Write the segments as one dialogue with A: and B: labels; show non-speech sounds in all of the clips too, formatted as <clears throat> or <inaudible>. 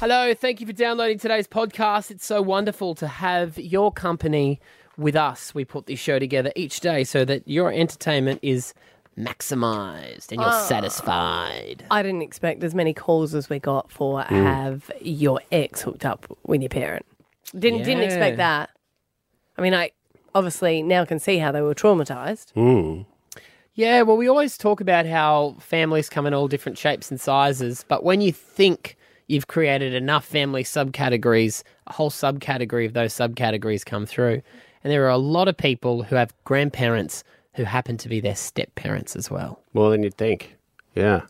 A: Hello, thank you for downloading today's podcast. It's so wonderful to have your company with us. We put this show together each day so that your entertainment is maximized and you're
B: Oh.
A: satisfied.
B: I didn't expect as many calls as we got for
A: Mm.
B: have your ex hooked up with your parent. Didn't didn't
A: Yeah.
B: expect that. I mean, I obviously now can see how they were traumatized.
A: Mm. Yeah, well, we always talk about how families come in all different shapes and sizes, but when you think you've created enough family subcategories, a whole subcategory of those subcategories come through. And there are a lot of people who have grandparents who happen to be their step parents as well.
C: More than you'd think. Yeah.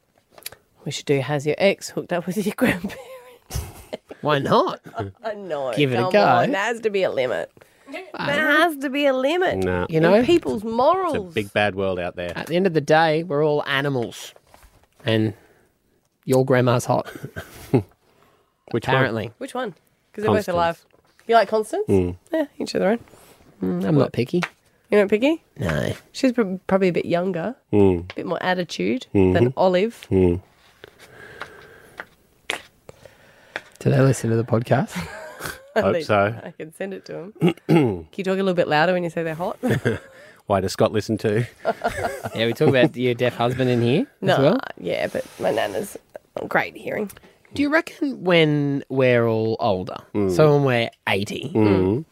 B: We should do has your ex hooked up with your <laughs> grandparent.
A: Why not?
B: <laughs> I know.
A: Give it a
B: come
A: go.
B: On, there has to be a limit. There has to be a limit.
C: Nah.
A: You know?
B: in people's morals.
C: It's a big bad world out there.
A: At the end of the day, we're all animals. And your
B: <laughs>
A: grandma's hot,
C: Which one?
A: apparently.
B: Which one? Because they're both
C: Constance.
B: alive. You like Constance?
A: Mm.
B: Yeah, each of their own.
A: I'm not picky.
B: You know, Piggy.
A: No. Mm.
B: She's prob- probably a bit younger, a bit more attitude
A: Mm-hmm.
C: Mm-hmm.
B: than Olive.
C: Mm.
A: Do they listen to
B: <laughs>
A: the podcast?
C: Hope so.
B: I can send it to him.
A: <clears throat>
B: can you talk a little bit louder when you say they're
A: <laughs>
B: hot?
C: <laughs> Why does Scott listen to?
A: yeah, we talk about your deaf husband in here
B: <laughs> no,
A: as well.
B: yeah, but my nana's great hearing.
A: Do you reckon when we're all older, so when we're 80, do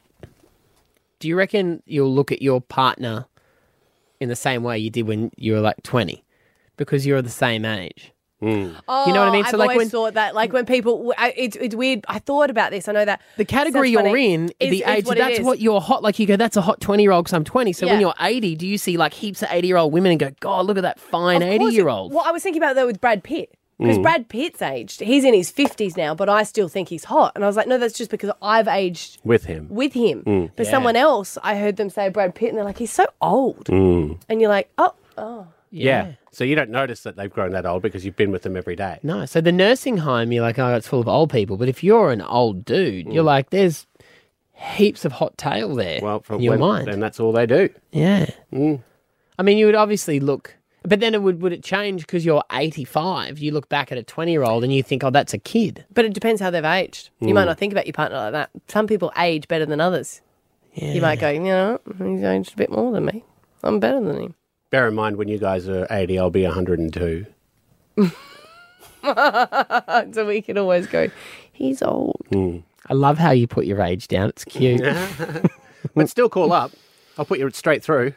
A: you reckon you'll look at your partner in the same way you did when you were like 20? Because you're the same age.
B: Oh,
A: You know what I mean?
B: I've
A: So, like,
B: always
A: when-
B: thought that, like when people, I, it's it's weird. I thought about this. I know that
A: The category
B: sounds
A: you're
B: funny.
A: in,
B: Is-
A: the
B: is
A: age,
B: what it
A: that's
B: is.
A: what you're hot. Like you go, that's a hot 20 year old because I'm 20. So when
B: Yeah.
A: you're 80, do you see like heaps of 80 year old women and go, God, look at that fine
B: Of
A: 80
B: course it-
A: year old?
B: Well, I was thinking about that with Brad Pitt. Because
A: Mm.
B: Brad Pitt's aged. He's in his 50s now, but I still think he's hot. And I was like, no, that's just because I've aged
C: With him.
B: with him.
A: Mm.
B: But someone else, I heard them say Brad Pitt, and they're like, he's so old. And you're like, oh, oh.
C: Mm. Yeah. So you don't notice that they've grown that old because you've been with them every day.
A: No. So the nursing home, you're like, oh, it's full of old people. But if you're an old dude, you're like, there's heaps of hot tail there
C: Mm. Well, for
A: in your
C: when,
A: mind.
C: and that's all they do.
A: yeah. I mean, you would obviously look, but then it would would it change because you're 85? You look back at a 20 year old and you think, oh, that's a kid.
B: But it depends how they've aged. You
C: Mm.
B: might not think about your partner like that. Some people age better than others. You might go, you know, what? he's aged a bit more than me. I'm better than him. <laughs>
C: Bear in mind, when you guys are 80, I'll be 102.
B: So we can always go, he's old.
C: Mm.
A: I love how you put your age down. It's
C: <laughs>
A: cute.
C: But
B: <laughs>
A: <laughs>
C: still call up. I'll put you straight through.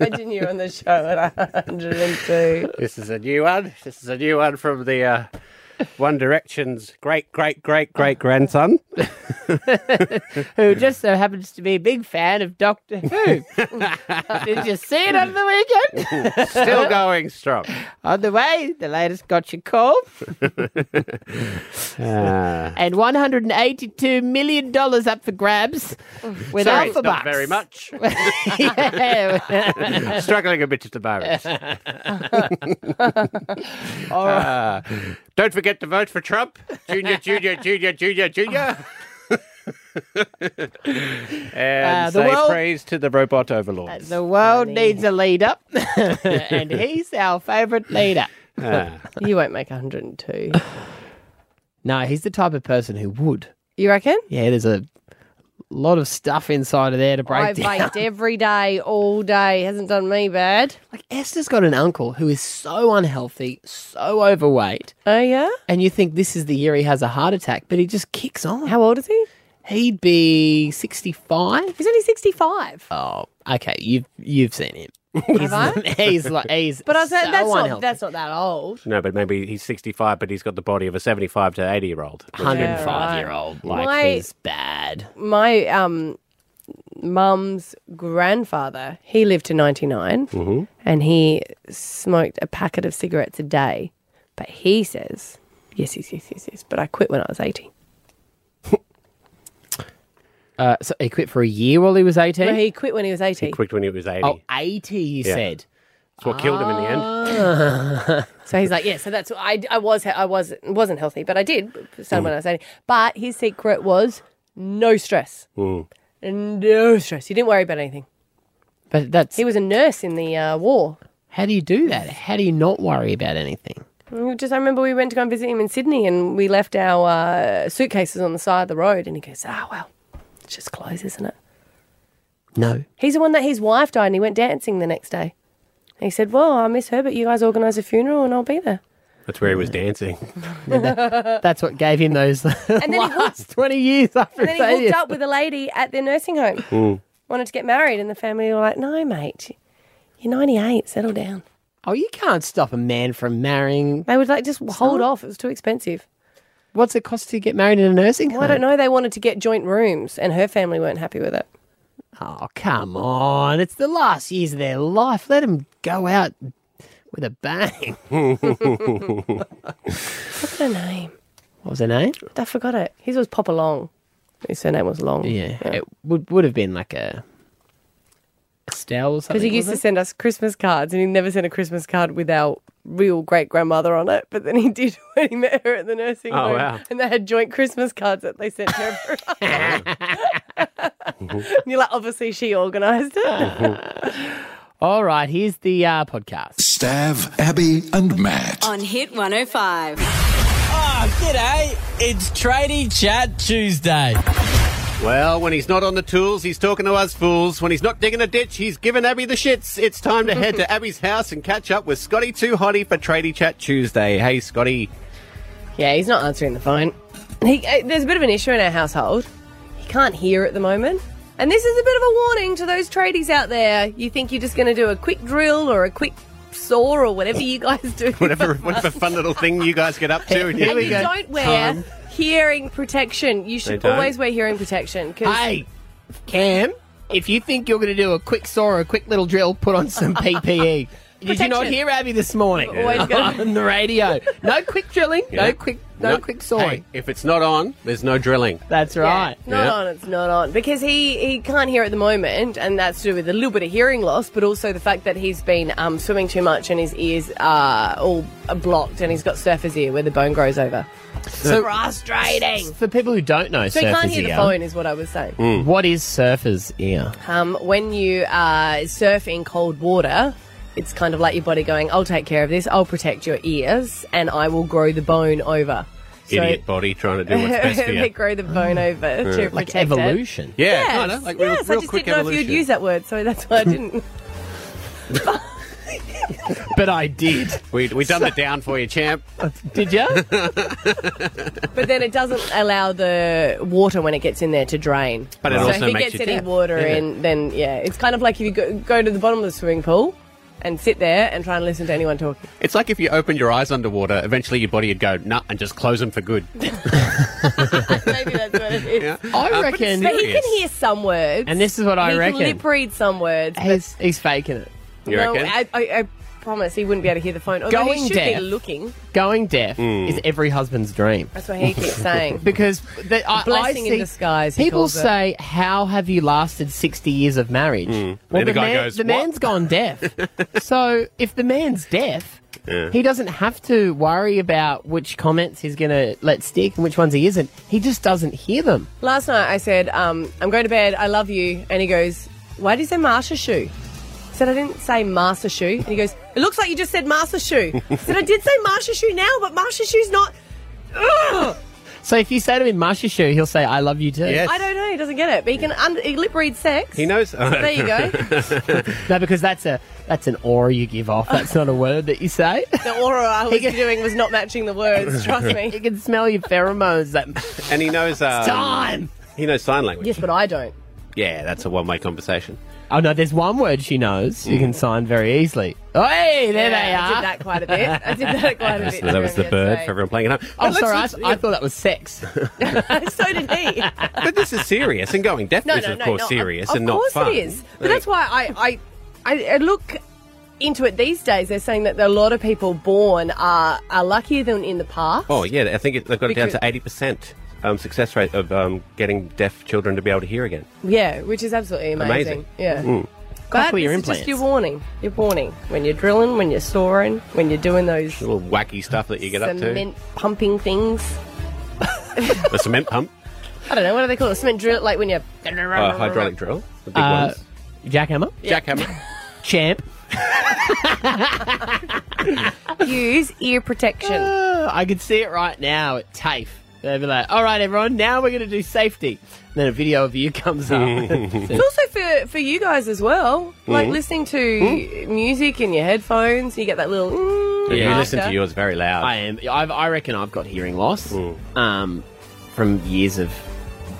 B: Imagine you're on the show at 102.
C: this is a new one. This is a new one from the uh, One Direction's great, great, great,
B: <laughs>
C: great grandson.
A: Who just so happens to be a big fan of Doctor
C: <laughs>
A: Who. <laughs> Did you see it over the weekend?
C: Still
B: <laughs>
C: going strong.
A: <laughs>
C: <laughs>
A: On the way, the latest Gotcha Call.
C: Ah.
A: and one hundred and eighty-two million dollars up for grabs with
C: Sorry,
A: Alpha
C: it's not
A: Bucks.
C: very much.
A: <laughs>
C: <laughs>
A: yeah.
C: Struggling a bit at the moment. <laughs> Ah. don't forget to vote for Trump. Junior, junior, junior,
A: <laughs>
C: junior, junior. <laughs> and
A: Uh, the
C: say
A: world- Uh,
C: praise to the robot
A: <laughs>
C: overlords.
A: The world needs a
C: <laughs>
A: leader, <laughs> and he's our favourite leader.
C: Ah.
B: You won't make
A: <laughs>
B: 102.
A: No, he's the type of person who would.
B: You reckon?
A: Yeah, there's a lot of stuff inside of there to break
B: I've
A: down.
B: baked every day, all day. Hasn't done me bad.
A: Like Esther's got an uncle who is so unhealthy, so overweight,
B: Oh, yeah?
A: and you think this is the year he has a heart attack, but he just kicks on.
B: How old is he?
A: He'd be sixty-five.
B: He's only 65.
A: Oh, okay. You've you've seen him. <laughs> He's,
B: Have
A: he's like he's.
B: But I was
A: so
B: like, that's,
A: unhealthy.
B: not, that's not that old.
C: No, but maybe he's 65, but he's got the body of a 75 to 80 year old.
A: 105
B: right.
A: year old. Like
B: My-
A: he's bad.
B: my um mum's grandfather he lived to 99 and he smoked a packet of cigarettes a day but he says yes yes yes yes yes but i quit when i was 80
A: Uh, so he quit for a year while he was eighteen.
B: no, he quit when he was 80
C: Quick when he was 80.
A: oh, 80, you
C: Yeah. <laughs> Mm.
A: said.
C: That's what killed him in the end.
A: Ah. <laughs>
B: so he's like yeah so that's i, I was i was wasn't healthy but i did start when i was 80 but his secret was no stress no stress he didn't worry about anything
A: But that's
B: he was a nurse in the uh, war
A: how do you do that? How do you not worry about anything?
B: We Mm, Just I remember we went to go and visit him in Sydney, and we left our uh, suitcases on the side of the road, and he goes, "Ah, well, it's just clothes, isn't it?"
A: No.
B: He's the one that his wife died, and he went dancing the next day. He said, "Well, I miss her, but you guys organise a funeral, and I'll be
A: <laughs>
B: there."
C: That's where he was dancing.
A: That's what gave him
B: <laughs>
A: those
B: And then he hooked,
A: last 20 years after
B: and then he
A: failure.
B: hooked up with a lady at their nursing home.
C: Mm.
B: Wanted to get married, and the family were like, "No, mate, you're 98, settle down."
A: Oh, you can't stop a man from marrying.
B: They would like just hold off; it was too expensive.
A: What's it cost to get married in a nursing home?
B: Well, I don't know. They wanted to get joint rooms, and her family weren't happy with it.
A: Oh, come on. It's the last years of their life. Let them go out with a
C: <laughs>
A: bang.
B: What's her name?
A: What was her name?
B: I forgot it. His was Papa Long. His surname was Long.
A: Yeah. It would, would have been like a Estelle or something.
B: Because he used to
A: was
B: send us Christmas cards, and he never sent a Christmas card with our real great grandmother on it. But then he did <laughs> when he met her at the nursing
C: Oh,
B: home.
C: wow.
B: And they had joint Christmas cards that they sent
A: <laughs>
B: her. <laughs> and you're like, obviously she organised it.
A: it? <laughs> All right. Here's the uh, podcast.
D: Stav, Abby, and Matt.
E: on Hit 105.
F: Ah, g'day. It's Tradie Chat Tuesday.
C: Well, when he's not on the tools, he's talking to us fools. When he's not digging a ditch, he's giving Abby the shits. It's time
B: <laughs>
C: to head to Abby's house and catch up with Scotty Too Hottie for Tradie Chat Tuesday. Hey, Scotty.
B: yeah, he's not answering the phone. He, uh, there's a bit of an issue in our household. He can't hear at the moment. And this is a bit of a warning to those tradies out there. You think you're just going to do a quick drill or a quick saw or whatever you guys do.
C: <laughs> Whatever, whatever fun little thing you guys get up to. And here
B: and
C: we
B: you
C: go.
B: don't wear hearing protection. You should
C: don't?
B: always wear hearing protection because
A: Hey, Cam, if you think you're going to do a quick saw or a quick little drill, put
B: <laughs>
A: on some PPE. Did you not
B: Protection.
A: hear Abby this morning
B: always gotta-
A: <laughs> on the radio? No quick drilling,
C: Yeah.
A: no quick, no, quick sawing.
C: Hey, if it's not on, there's no drilling.
A: That's right.
B: It's not
C: Yeah.
B: on, it's not on. Because he, he can't hear at the moment, and that's to do with a little bit of hearing loss, but also the fact that he's been um, swimming too much and his ears are all blocked and he's got surfer's ear where the bone grows over.
A: So-
B: Frustrating!
A: For people who don't know,
B: So he can't hear the
A: ear,
B: phone, is what I was saying.
A: What is surfer's ear?
B: Um, when you uh, surf in cold water, it's kind of like your body going, I'll take care of this, I'll protect your ears, and I will grow the bone over. So-
C: Idiot body trying to do what's
B: <laughs>
C: best for
B: they
C: you. Mm.
B: grow the bone over to
A: Like
B: protect it.
A: evolution.
C: Yeah,
B: Yes.
C: kinda, like real,
B: yes,
C: real
B: I just
C: quick
B: didn't know
C: evolution.
B: if you'd use that word, so that's why I
C: <laughs>
B: didn't.
A: But I did.
C: we we done it down for you, champ.
A: Did
C: <laughs>
A: you?
B: but then it doesn't allow the water when it gets in there to drain.
C: But it
B: so if
C: also
B: it
C: makes
B: gets
C: you
B: any
C: deaf.
B: water
C: Yeah.
B: in, then yeah, it's kind of like if you go, go to the bottom of the swimming pool and sit there and try and listen to anyone talking.
C: It's like if you opened your eyes underwater, eventually your body would go nah and just close them
B: <laughs>
C: for good.
B: Maybe that's what it is.
C: Yeah.
A: I
C: Uh, but it's
A: reckon.
B: But he
C: serious.
B: can hear some words,
A: And this is what I
B: he
A: reckon.
B: Can lip read some words.
A: He's, he's faking it.
C: You
B: no,
C: reckon?
B: I, I, I promise he wouldn't be able to hear the phone. Although
A: Going
B: he should
A: deaf.
B: be looking.
A: Going deaf is every husband's dream.
B: That's what he keeps saying.
A: <laughs> Because the, I,
B: Blessing
A: I
B: in
A: see
B: disguise, he
A: People
B: calls it.
A: say, "How have you lasted sixty years of marriage?"
B: Hmm.
A: Well,
C: And the
A: the,
C: guy
A: man,
C: goes,
A: the
C: "What?"
A: man's gone
C: <laughs>
A: deaf. so if the man's deaf, he doesn't have to worry about which comments he's going to let stick and which ones he isn't. He just doesn't hear them.
B: Last night I said, um, I'm going to bed, I love you. And he goes, Why did you say master shoe? I said, I didn't say master shoe. And he goes, It looks like you just said master <laughs> shoe. I said, I did say master shoe now, but master shoe's not. Ugh!
A: So if you say to him "Master Shoe," he'll say, "I love you too."
C: Yes.
B: I don't know, he doesn't get it. But he can un- he lip read sex.
C: He knows.
B: There you go.
A: No, because that's a that's an aura you give off. That's not a word that you say. <laughs>
B: The aura I was doing was not matching the words, trust
A: you <laughs>
B: me.
A: can smell your pheromones. That
C: <laughs> and he knows. Um,
A: time.
C: he knows sign language.
B: Yes, but I don't.
C: Yeah, that's a one-way conversation.
A: Oh no, there's one word she knows. You can
C: Hmm.
A: sign very easily. Hey, there
B: Yeah, I
A: they
B: did
A: are.
B: that quite a bit. I did that quite a bit.
C: So <laughs> that was the
B: during
C: bird for
B: yesterday.
C: everyone playing at home.
A: Oh,
C: But
A: sorry, I,
C: let's-
A: I thought that was sex.
B: so did he.
C: but this is serious, and going deaf
B: No,
C: is
B: no,
C: of
B: no,
C: course
B: no,
C: serious
B: of,
C: and
B: Of
C: not
B: course
C: fun.
B: it is, but that's why I, I, I, I look into it these days. They're saying that a lot of people born are are luckier than in the past.
C: Oh yeah, I think it, they've got it down
B: Because-
C: to eighty percent um, success rate of um, getting deaf children to be able to hear again.
B: Yeah, which is absolutely amazing.
C: Amazing.
B: Yeah.
C: Mm.
B: But
A: Cochlear
B: this is
A: implants.
B: just your warning. Your warning when you're drilling, when you're sawing, when you're doing those
C: Little wacky stuff that you get up to.
B: cement pumping things.
C: <laughs> The cement pump,
B: I don't know what do they call it? Cement drill, like when you're
C: uh, hydraulic drill, the big
A: Uh,
C: ones,
A: <laughs> Jackhammer,
C: <laughs> jackhammer.
A: champ.
B: use ear protection.
A: Uh, I can see it right now at TAFE. They'd be like, all right, everyone, now we're going to do safety. And then a video of you <laughs> comes
C: <laughs>
A: up.
B: It's also for, for you guys as well.
C: Mm.
B: Like listening to music in your headphones, you get that little. Mm,
C: If you
B: after.
C: listen to yours very loud. Mm.
A: I am. I've, I reckon I've got hearing loss um, from years of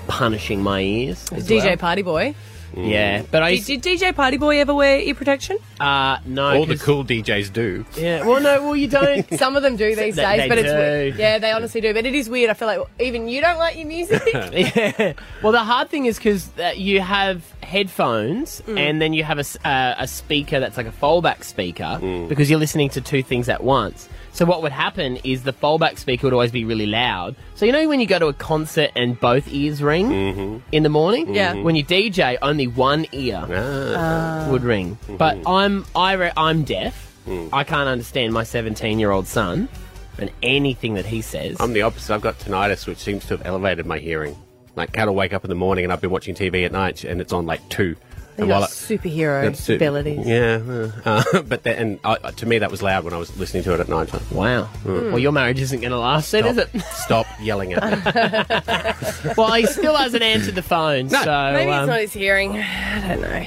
A: punishing my ears. as
B: DJ
A: well.
B: Party Boy.
A: Yeah,
C: Mm.
A: but I
B: Did, did DJ Party Boy ever wear ear protection?
A: uh, no.
C: All the
A: 'cause-
C: cool DJs do.
A: Yeah. Well, no. Well, you don't.
B: <laughs> Some of them do these
A: They-
B: days,
A: they
B: but it's
A: do.
B: weird. Yeah, they honestly do. But it is weird. I feel like even you don't like your music.
A: <laughs> Yeah. Well, the hard thing is because uh, you have headphones
B: Mm.
A: and then you have a, s- uh, a speaker that's like a fallback speaker
B: Mm.
A: because you're listening to two things at once. So what would happen is the fallback speaker would always be really loud. So you know when you go to a concert and both ears ring in the morning?
B: Mm-hmm. Yeah. Ah. Mhm.
A: When you DJ, only one ear Ah. would ring.
B: Mm-hmm.
A: But I'm I re- I'm deaf.
B: Mm.
A: I can't understand my 17 year old son and anything that he says.
C: I'm the opposite. I've got tinnitus, which seems to have elevated my hearing. Like, Kat will wake up in the morning and I've been watching TV at night and it's on like two.
B: They
C: And
B: got
C: while I-
B: superhero
C: that's it.
B: abilities.
C: Yeah. uh, <laughs> uh, but that, and uh, to me, that was loud when I was listening to it at night. Like,
A: wow. Well, your marriage isn't going to last then, is it? <laughs>
C: Stop, stop yelling at me.
A: Well, he <laughs> still hasn't answered the phone, so
B: Maybe
A: um,
B: it's not his hearing. I don't know.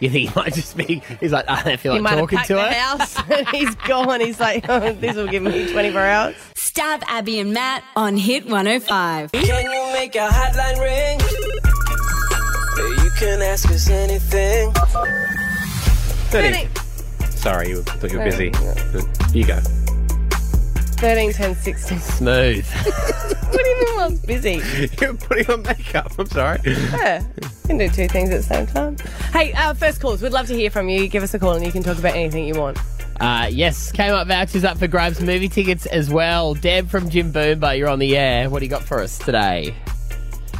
A: you think he might just be. He's like, I don't feel
B: He might have
A: like talking
B: packed
A: to
B: the
A: her.
B: house and <laughs> he's gone. He's like, <laughs> oh, this will give me 24 hours.
E: Stab Abby and Matt on Hit 105.
G: Can you make a hotline ring? You can ask us anything.
C: Thirty. Sorry, you thought you were busy. You go.
B: 13, 10, 16.
A: Smooth.
B: <laughs> What do you mean I was busy?
C: <laughs> You're putting on makeup. I'm sorry.
B: Yeah. You can do two things at the same time. Hey, our first calls. We'd love to hear from you. Give us a call and you can talk about anything you want.
A: Uh, yes, came up vouchers up for grabs, movie tickets as well. Deb from Jim Boomba, you're on the air. What do you got for us today?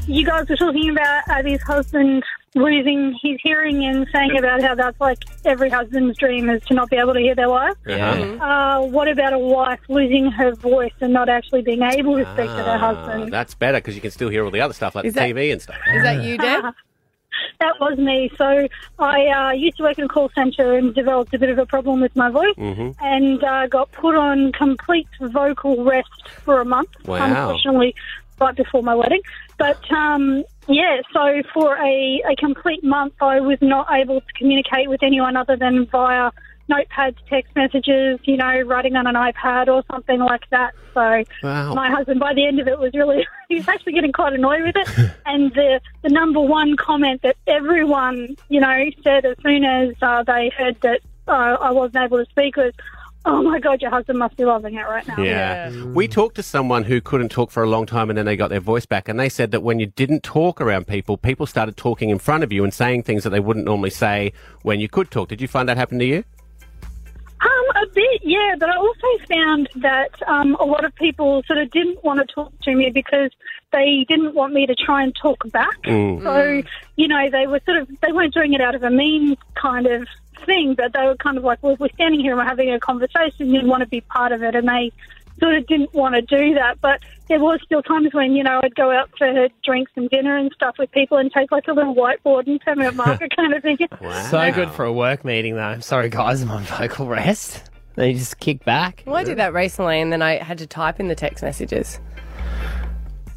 H: you guys were talking about Abby's husband losing his hearing and saying about how that's like every husband's dream is to not be able to hear their wife.
A: Yeah.
B: Mm-hmm.
H: Uh, what about a wife losing her voice and not actually being able to speak to their
C: Uh,
H: husband? That-,
C: that's better because you can still hear all the other stuff like
B: Is
C: the
B: that-
C: TV and stuff.
B: Is that you, Deb?
H: <laughs> was me. So I uh, used to work in a call centre and developed a bit of a problem with my voice and uh, got put on complete vocal rest for a month.
C: Wow.
H: Unfortunately, right before my wedding. But um, yeah, so for a, a complete month, I was not able to communicate with anyone other than via notepads, text messages, you know, writing on an iPad or something like that. So
C: Wow.
H: my husband, by the end of it, was really, <laughs> he was actually getting quite annoyed with it. and the, the number one comment that everyone, you know, said as soon as uh, they heard that uh, I wasn't able to speak was, oh my God, your husband must be loving it right now.
C: Yeah. We talked to someone who couldn't talk for a long time and then they got their voice back. And they said that when you didn't talk around people, people started talking in front of you and saying things that they wouldn't normally say when you could talk. Did you find that happen to you?
H: Um, a bit, yeah. But I also found that um, a lot of people sort of didn't want to talk to me because they didn't want me to try and talk back. So you know, they were sort of they weren't doing it out of a mean kind of thing, but they were kind of like, well, we're standing here and we're having a conversation. You want to be part of it, and they sort of didn't want to do that. But there was still times when, you know, I'd go out for drinks and dinner and stuff with people and take like a little whiteboard and permanent marker kind of thing.
A: So good for a work meeting, though. I'm sorry, guys, I'm on vocal rest. Then you just kick back.
B: Well, I did that recently and then I had to type in the text messages.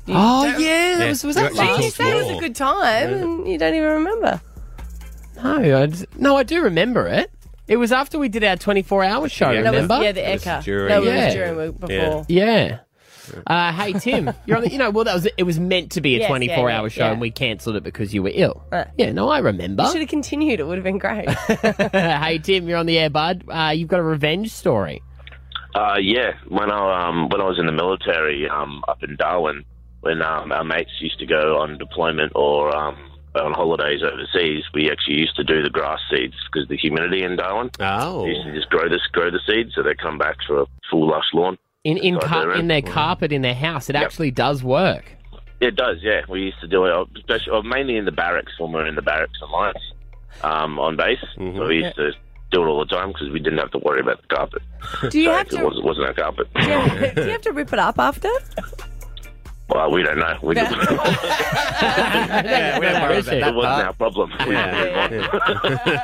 A: Oh, yeah. That was, was that
C: actually
A: last?
C: talked.
B: You said it was a good time and you don't even remember.
A: No, I, d- no, I do remember it. It was after we did our 24 hour show,
C: Yeah.
B: That was,
A: remember?
B: yeah, the
C: That was
B: Eka.
C: during-
B: That was
A: Yeah.
B: during we- before.
C: Yeah.
A: Yeah. Uh, hey Tim, you're on the, you know well that was it was meant to be a
B: Yes, yeah,
A: 24 hour
B: yeah,
A: show
B: yeah.
A: and we cancelled it because you were ill.
B: Right.
A: Yeah, no, I remember.
B: Should have continued. It would have been great.
A: <laughs> hey Tim, you're on the air, bud. Uh, you've got a revenge story.
I: Uh, yeah, when I um, when I was in the military um, up in Darwin, when um, our mates used to go on deployment or um, on holidays overseas, we actually used to do the grass seeds because the humidity in Darwin.
C: Oh.
I: We used to just grow this, grow the seeds, so they come back for a full lush lawn.
A: In in,
I: Sorry,
A: car-
I: Darren.
A: in their carpet in their house, it actually does work.
I: It does, yeah. We used to do it, especially or mainly in the barracks when we were in the barracks and lines um, on base. So we used to do it all the time because we didn't have to worry about the carpet.
B: Do you have
I: it
B: to?
I: <laughs> wasn't, wasn't our carpet.
B: Do you have to rip it up after?
I: Well, we don't know.
B: <laughs>
I: We,
A: <laughs>
C: Yeah, we don't worry about
I: it
C: <laughs>
I: <laughs>
C: that
I: wasn't
C: part.
I: our problem. We move on.
C: <laughs>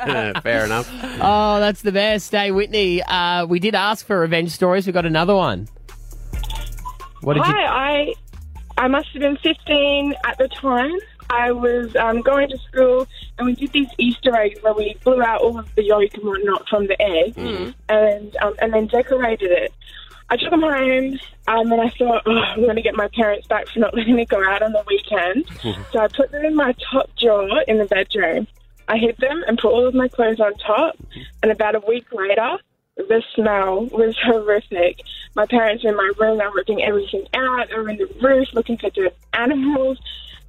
I: <laughs>
C: Yeah. Fair enough.
A: Oh, that's the best. Hey, Whitney, uh, we did ask for revenge stories. We got another one. What did you?
J: Hi, I I must have been 15 at the time. I was um, going to school, and we did these Easter eggs where we blew out all of the yolk and whatnot from the egg, and um, and then decorated it. I took them home, um, and I thought, oh, I'm going to get my parents back for not <laughs> letting me go out on the weekend. so I put them in my top drawer in the bedroom. I hid them and put all of my clothes on top. And about a week later, the smell was horrific. My parents were in my room, they were ripping everything out. They were in the roof looking for dead animals.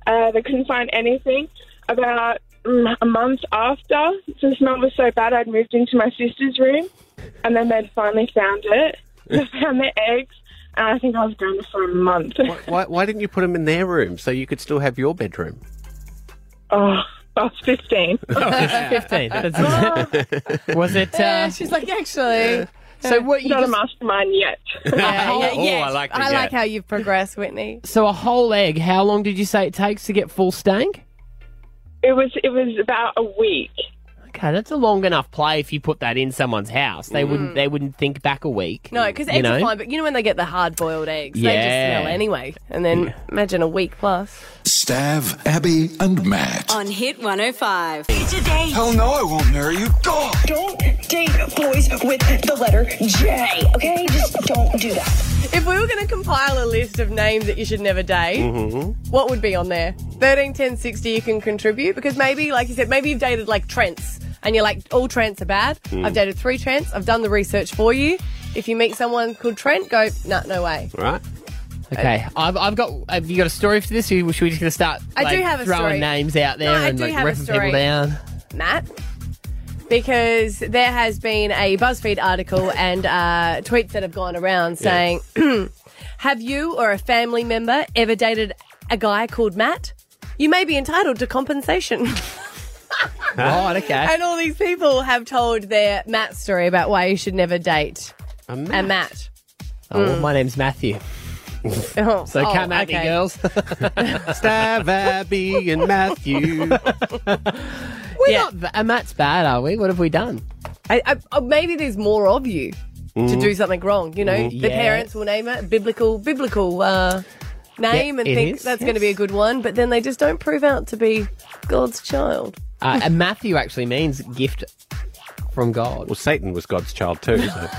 J: Uh, they couldn't find anything. About mm, a month after, the smell was so bad, I'd moved into my sister's room. And then they'd finally found it. <laughs> They found the eggs. And I think I was grounded for a month.
C: <laughs> Why, why didn't you put them in their room so you could still have your bedroom?
J: <laughs> Oh, I was 15.
A: 15. That's- <laughs> was it? Uh,
B: Eh, She's like, actually.
A: so what you
J: Not a
A: just,
J: mastermind
A: <laughs>
J: yet.
B: Yeah, yeah,
C: Oh,
B: yeah.
C: I like that,
B: I like
C: yeah.
B: how you've progressed, Whitney.
A: so a whole egg. How long did you say it takes to get full stank?
J: it was it was about a week.
A: Okay, that's a long enough play. If you put that in someone's house, they wouldn't. They wouldn't think back a week.
B: No, because
A: You
B: eggs
A: know?
B: are fine, but you know when they get the hard boiled eggs, they
A: Yeah.
B: just smell anyway. And then imagine a week plus.
D: Stav, Abby, and Matt.
E: on Hit 105.
D: Hell no, I won't marry you. God.
K: Don't date boys with the letter J, okay? Just don't do that.
B: If we were going to compile a list of names that you should never date,
C: Mm-hmm.
B: what would be on there? 13, 10, 60, you can contribute because maybe, like you said, maybe you've dated like Trents and you're like, all Trents are bad. I've dated three Trents. I've done the research for you. If you meet someone called Trent, go, nah, no way.
C: Right?
A: Okay, I've, I've got. Have you got a story for this? Or should we just gonna start?
B: I do
A: like,
B: have a
A: throwing
B: story.
A: names out there
B: No, I
A: and
B: do
A: like
B: have a
A: ripping
B: story.
A: people down.
B: Matt. Because there has been a BuzzFeed article and uh, tweets that have gone around saying, <clears throat> Have you or a family member ever dated a guy called Matt? You may be entitled to compensation.
A: <laughs> Right. Okay.
B: and all these people have told their Matt story about why you should never date
C: A
B: a
C: man.
B: Matt.
A: Oh, well, my name's Matthew.
B: Hmm. Oh,
A: So
B: oh,
A: come at me,
B: okay. <laughs>
A: girls.
C: Stav, Abby, and Matthew.
A: We're
B: Yeah.
A: not. ba- Matt's bad, are we? What have we done?
B: I, I, oh, maybe there's more of you
C: Mm-hmm.
B: to do something wrong. You know, the
A: Mm-hmm. Yeah.
B: parents will name it biblical, biblical uh, name and
A: it
B: think
A: is,
B: that's going to be a good one, but then they just don't prove out to be God's child.
A: Uh, and Matthew actually means gift from God.
C: Well, Satan was God's child too. So.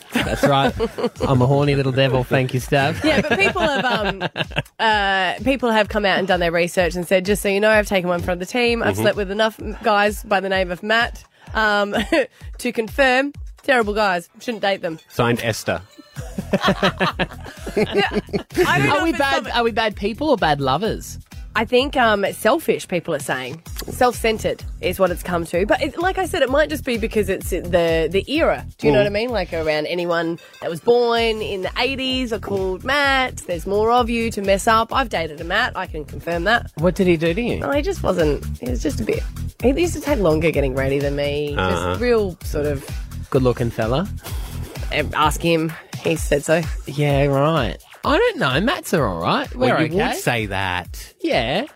A: <laughs> That's right. I'm a horny little devil. Thank you, Stav.
B: Yeah, but people have
A: <laughs>
B: um, uh, people have come out and done their research and said, just so you know, I've taken one from the team.
A: Mm-hmm.
B: I've slept with enough guys by the name of Matt um, <laughs> to confirm. Terrible guys. Shouldn't date them.
C: <laughs> Signed Esther.
B: I don't know
A: Are we
B: if it's
A: bad?
B: something-
A: Are we bad people or bad lovers?
B: I think um, selfish people are saying self-centered is what it's come to. But it, like I said, it might just be because it's the the era. Do you know what I mean? Like around anyone that was born in the '80s are called Matt. There's more of you to mess up. I've dated a Matt. I can confirm that.
A: What did he do to you?
B: No, Oh, he just wasn't. He was just a bit. He used to take longer getting ready than me. Just real sort of.
A: Good looking fella.
B: um, Ask him. He said so.
A: Yeah, right. I don't know. Matt's are all right. We're
C: well, you
A: okay.
C: would say that.
A: Yeah.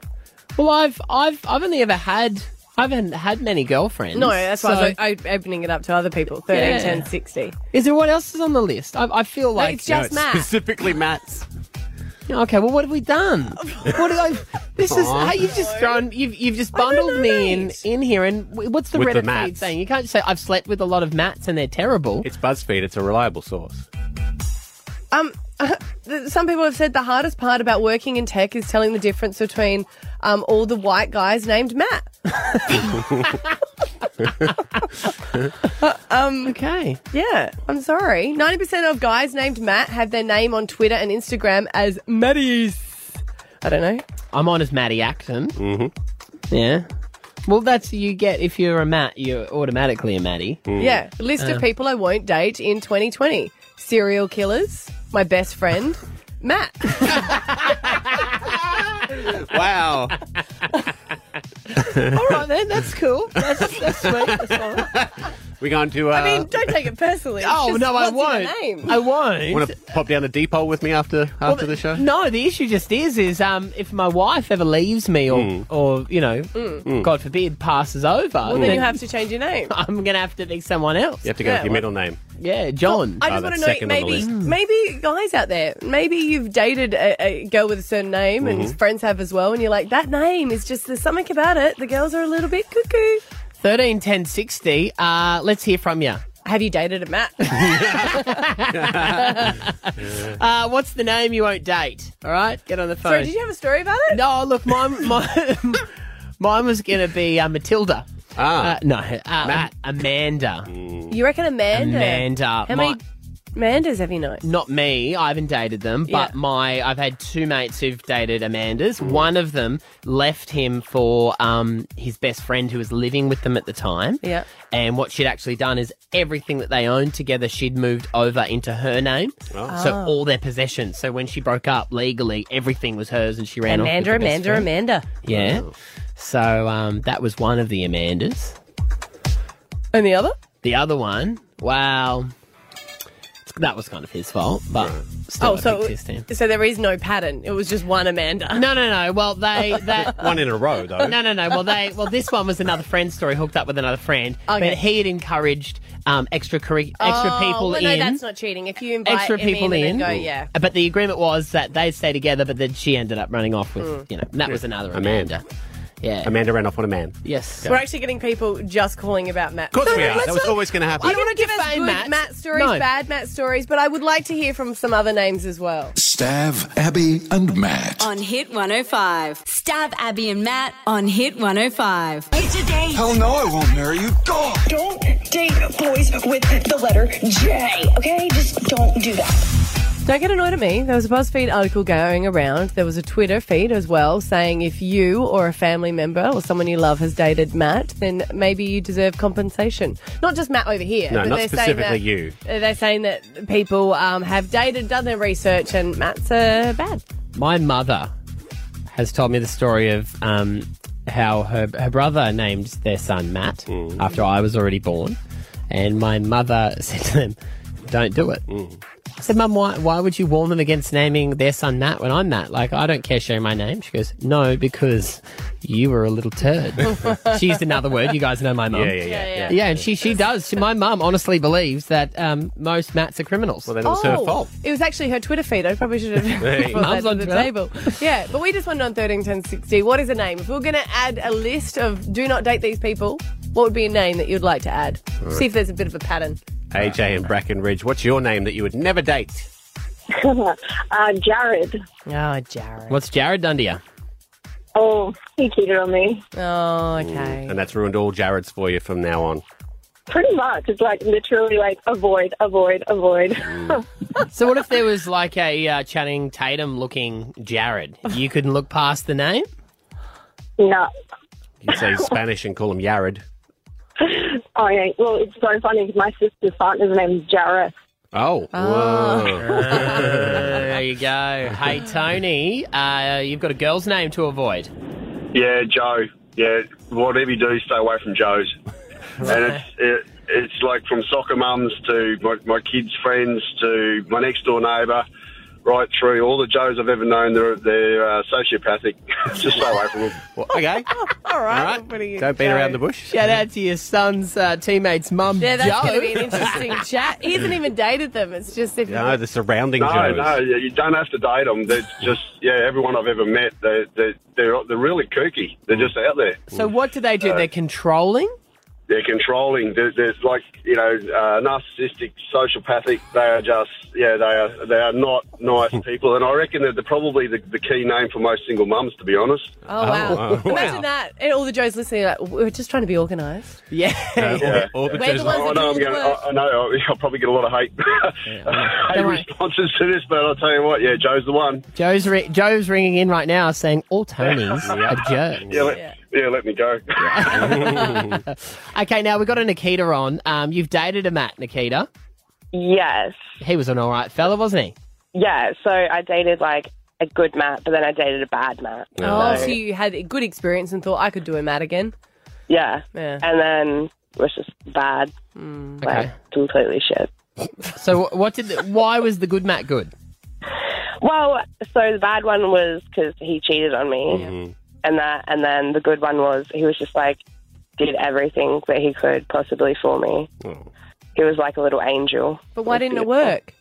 A: Well, I've I've I've only ever had I haven't had many girlfriends.
B: No, that's why I
A: so-
B: was like, o- opening it up to other people. 13,
A: Yeah.
B: 10, 60.
A: Is there what else is on the list? I, I feel like
B: it's just
C: it's
B: Matt.
C: Specifically <laughs> Matt's.
A: okay. Well, what have we done? what have I? This is hey, you've just thrown you've you've just bundled me in in here. And w- what's the
C: With the
A: Reddit feed
C: mats.
A: saying? You can't just say I've slept with a lot of mats and they're terrible.
C: It's BuzzFeed. It's a reliable source.
B: <laughs> Um, <laughs> th- some people have said the hardest part about working in tech is telling the difference between um, all the white guys named Matt. <laughs>
A: okay.
B: Um, Yeah, I'm sorry. 90% of guys named Matt have their name on Twitter and Instagram as Matties. I don't know.
A: I'm on as Matty Acton. Mm-hmm. Yeah. Well, that's you get if you're a Matt, you're automatically a Matty.
C: Mm.
A: Uh,
B: Yeah, list of people I won't date in 2020: serial killers, my best friend,
A: <laughs>
B: Matt.
I: <laughs>
C: Wow. <laughs>
A: All right, then that's cool. That's, that's sweet. That's all right.
C: We're going to. Uh,
B: I mean, don't
C: <laughs>
B: take it personally. It's
A: Oh,
B: just
A: no, I
B: what's in
A: won't.
B: a name.
A: I won't.
C: want to pop down the depot with me after after the, show?
A: No, the issue just is, is um, if my wife ever leaves me or, or you know,
B: Mm.
A: God forbid, passes over,
B: Well, then you have to change your <laughs> name.
A: I'm going to have to be someone else.
C: You have to go with your middle name. Ah, uh,
A: Yeah, John. Mm.
B: I just want to know, maybe, <laughs> maybe guys out there, maybe you've dated a, a girl with a certain name,
A: Mhm.
C: Mm-hmm.
B: and friends have as well, and you're like, that name is just there's something about it. The girls are a little bit cuckoo.
A: Thirteen ten sixty. Uh, let's hear from you.
B: Have you dated a
C: <laughs>
B: Matt? <laughs>
A: Uh, what's the name you won't date? All right, get on the phone.
B: Sorry, did you have a story about it?
A: No, look, mine, mine, <laughs> mine was going to be uh, Matilda. Ah, uh, no, uh, uh, Amanda.
B: You reckon Amanda?
A: Amanda.
B: How
A: My-
B: many Amandas have you known?
A: Not me. I haven't dated them, but
B: Yeah.
A: my I've had two mates who've dated Amanda's. One of them left him for um, his best friend who was living with them at the time.
B: Yeah.
A: And what she'd actually done is everything that they owned together, she'd moved over into her name.
B: Oh.
A: So
B: Oh.
A: all their possessions. So when she broke up legally, everything was hers, and she ran off. with
B: Amanda,
A: her best
B: Amanda,
A: friend.
B: Amanda.
A: Yeah. So um, that was one of the Amandas.
B: And the other?
A: The other one, wow, that was kind of his fault, but still
B: oh,
A: I
B: so
A: picked his team.
B: so there is no pattern. It was just one Amanda.
A: No, no, no.
B: <laughs>
A: Well, they that
C: <laughs> One in a row, though.
A: No, no, no. Well, they well this one was another friend's story, hooked up with another friend,
B: Okay.
A: but he had encouraged um, extra curri- extra
B: Oh,
A: people
B: well,
A: in.
B: no, that's not cheating. If you invite
A: Extra
B: him in
A: people
B: and then
A: in,
B: go, yeah.
A: But the agreement was that they'd stay together, but then she ended up running off with,
B: Mm.
A: you know, and that was another Amanda. Yeah,
C: Amanda ran off on a man.
A: Yes,
B: We're actually getting people just calling about Matt. Of
C: course we are. That was always going to happen.
B: I don't want to give us good Matt, stories,
D: No.
B: bad Matt stories, but I would like to hear from some other names as well.
D: Stav, Abby, and Matt.
E: On Hit 105. Stab Abby and Matt on Hit 105. It's a date.
D: Hell no, I won't marry you. Go.
K: Don't date boys with the letter J, okay? Just don't do that.
B: Don't get annoyed at me. There was a BuzzFeed article going around. There was a Twitter feed as well saying if you or a family member or someone you love has dated Matt, then maybe you deserve compensation. Not just Matt over here.
C: No,
B: but
C: not
B: they're
C: specifically
B: saying that,
C: you.
B: uh, They're saying that people um, have dated, done their research, and Matt's uh, bad.
A: My mother has told me the story of um, how her, her brother named their son Matt
C: Mm.
A: after I was already born. And my mother <laughs> said to them, Don't do it.
C: Mm.
A: I said, Mum, why, why would you warn them against naming their son Matt when I'm Matt? Like, I don't care sharing my name. She goes, No, because you were a little
C: <laughs>
A: turd. she used another word. You guys know my mum.
C: Yeah, yeah, yeah, Yeah, yeah.
A: and she, she does. She, my mum honestly believes that um, most Matts are criminals. Well,
C: then
B: Oh, It was actually her Twitter feed. I probably should <laughs> have
A: Hey.
B: brought
A: Mum's
B: that
A: on
B: to the
A: Twitter.
B: table. Yeah, but we just wanted on 13, 10, 60. What is a name? If we are going to add a list of do not date these people, what would be a name that you'd like to add?
C: All right.
B: See if there's a bit of a
A: <laughs>
B: pattern.
C: AJ and Brackenridge, what's your name that you would never date?
H: uh, Jared.
B: Oh, Jared.
A: What's Oh, Jared done to you?
H: Oh, he cheated on me.
B: Oh,
C: Mm, And that's ruined all Jared's for you from now on.
H: Pretty much. It's like literally like avoid, avoid, avoid. <laughs>
A: So what if there was like a uh, Channing Tatum looking Jared? You couldn't look past the name.
H: no.
C: You'd say Spanish and call him Yared.
H: Oh, yeah. Well, it's so funny 'cause my sister's partner's name's Jared.
C: Oh.
A: there you go. Hey Tony, uh, you've got a girl's name to avoid.
L: Yeah, Joe. Yeah, whatever you do, stay away
C: <laughs>
L: from Joe's. and it's it, it's like from soccer mums to my, my kids' friends to my next door neighbour, right through all the Joes I've ever known. They're they're uh, sociopathic. <laughs> Just stay away from them. <laughs>
C: okay.
B: <laughs> All
C: right. Don't beat around the bush.
A: Shout out to your son's uh, teammates' mum.
B: Yeah, that's
A: Joe.
B: going to be an
A: <laughs>
B: interesting chat. He hasn't even dated them. It's just if
C: No, Ah, the surrounding
L: No,
C: Joes.
L: no, you you don't have to date them. They're just yeah, everyone I've ever met, they they they're they're really kooky. They're
C: Mm.
L: just out there.
A: So what do they do? They're controlling.
L: they're controlling. There- There's like you know, uh, narcissistic, sociopathic. They are just yeah, they are they are not nice people, and I reckon that they're probably the, the key name for most single mums, to be honest.
B: Oh, wow. Imagine that. And all the Joes listening are like, we're just trying to be organised.
A: Yeah.
B: <laughs>
L: Yeah.
B: the We're the Joes- ones
L: I
B: that
L: know,
B: do
L: I'm
B: the
L: going, I,
B: work.
L: I know I'll, I'll probably get a lot of hate, <laughs> hate responses to this, but I'll tell you what, yeah, Joe's the one.
A: Joe's ri- Joe's ringing in right now, saying all
C: <laughs>
A: Tonys are jerks.
L: <laughs> Yeah, let, yeah. let me go. <laughs>
A: Okay, now we've got a Nikita on. Um, you've dated a Matt, Nikita.
H: Yes.
A: He was an all right fella, wasn't he?
H: Yeah. So I dated like a good Matt, but then I dated a bad Matt.
B: Oh, so you had a good experience and thought I could do a Matt again.
H: Yeah.
B: Yeah. Mm.
H: And then
M: was just bad. Like,
A: Okay.
M: completely shit.
A: So wh- what did? The, why was the good Matt good?
M: Well, so the bad one was because he cheated on me,
A: Mm-hmm.
M: and that, and then the good one was he was just like did everything that he could possibly for me. He was like a little angel.
B: Oh. But why didn't it work?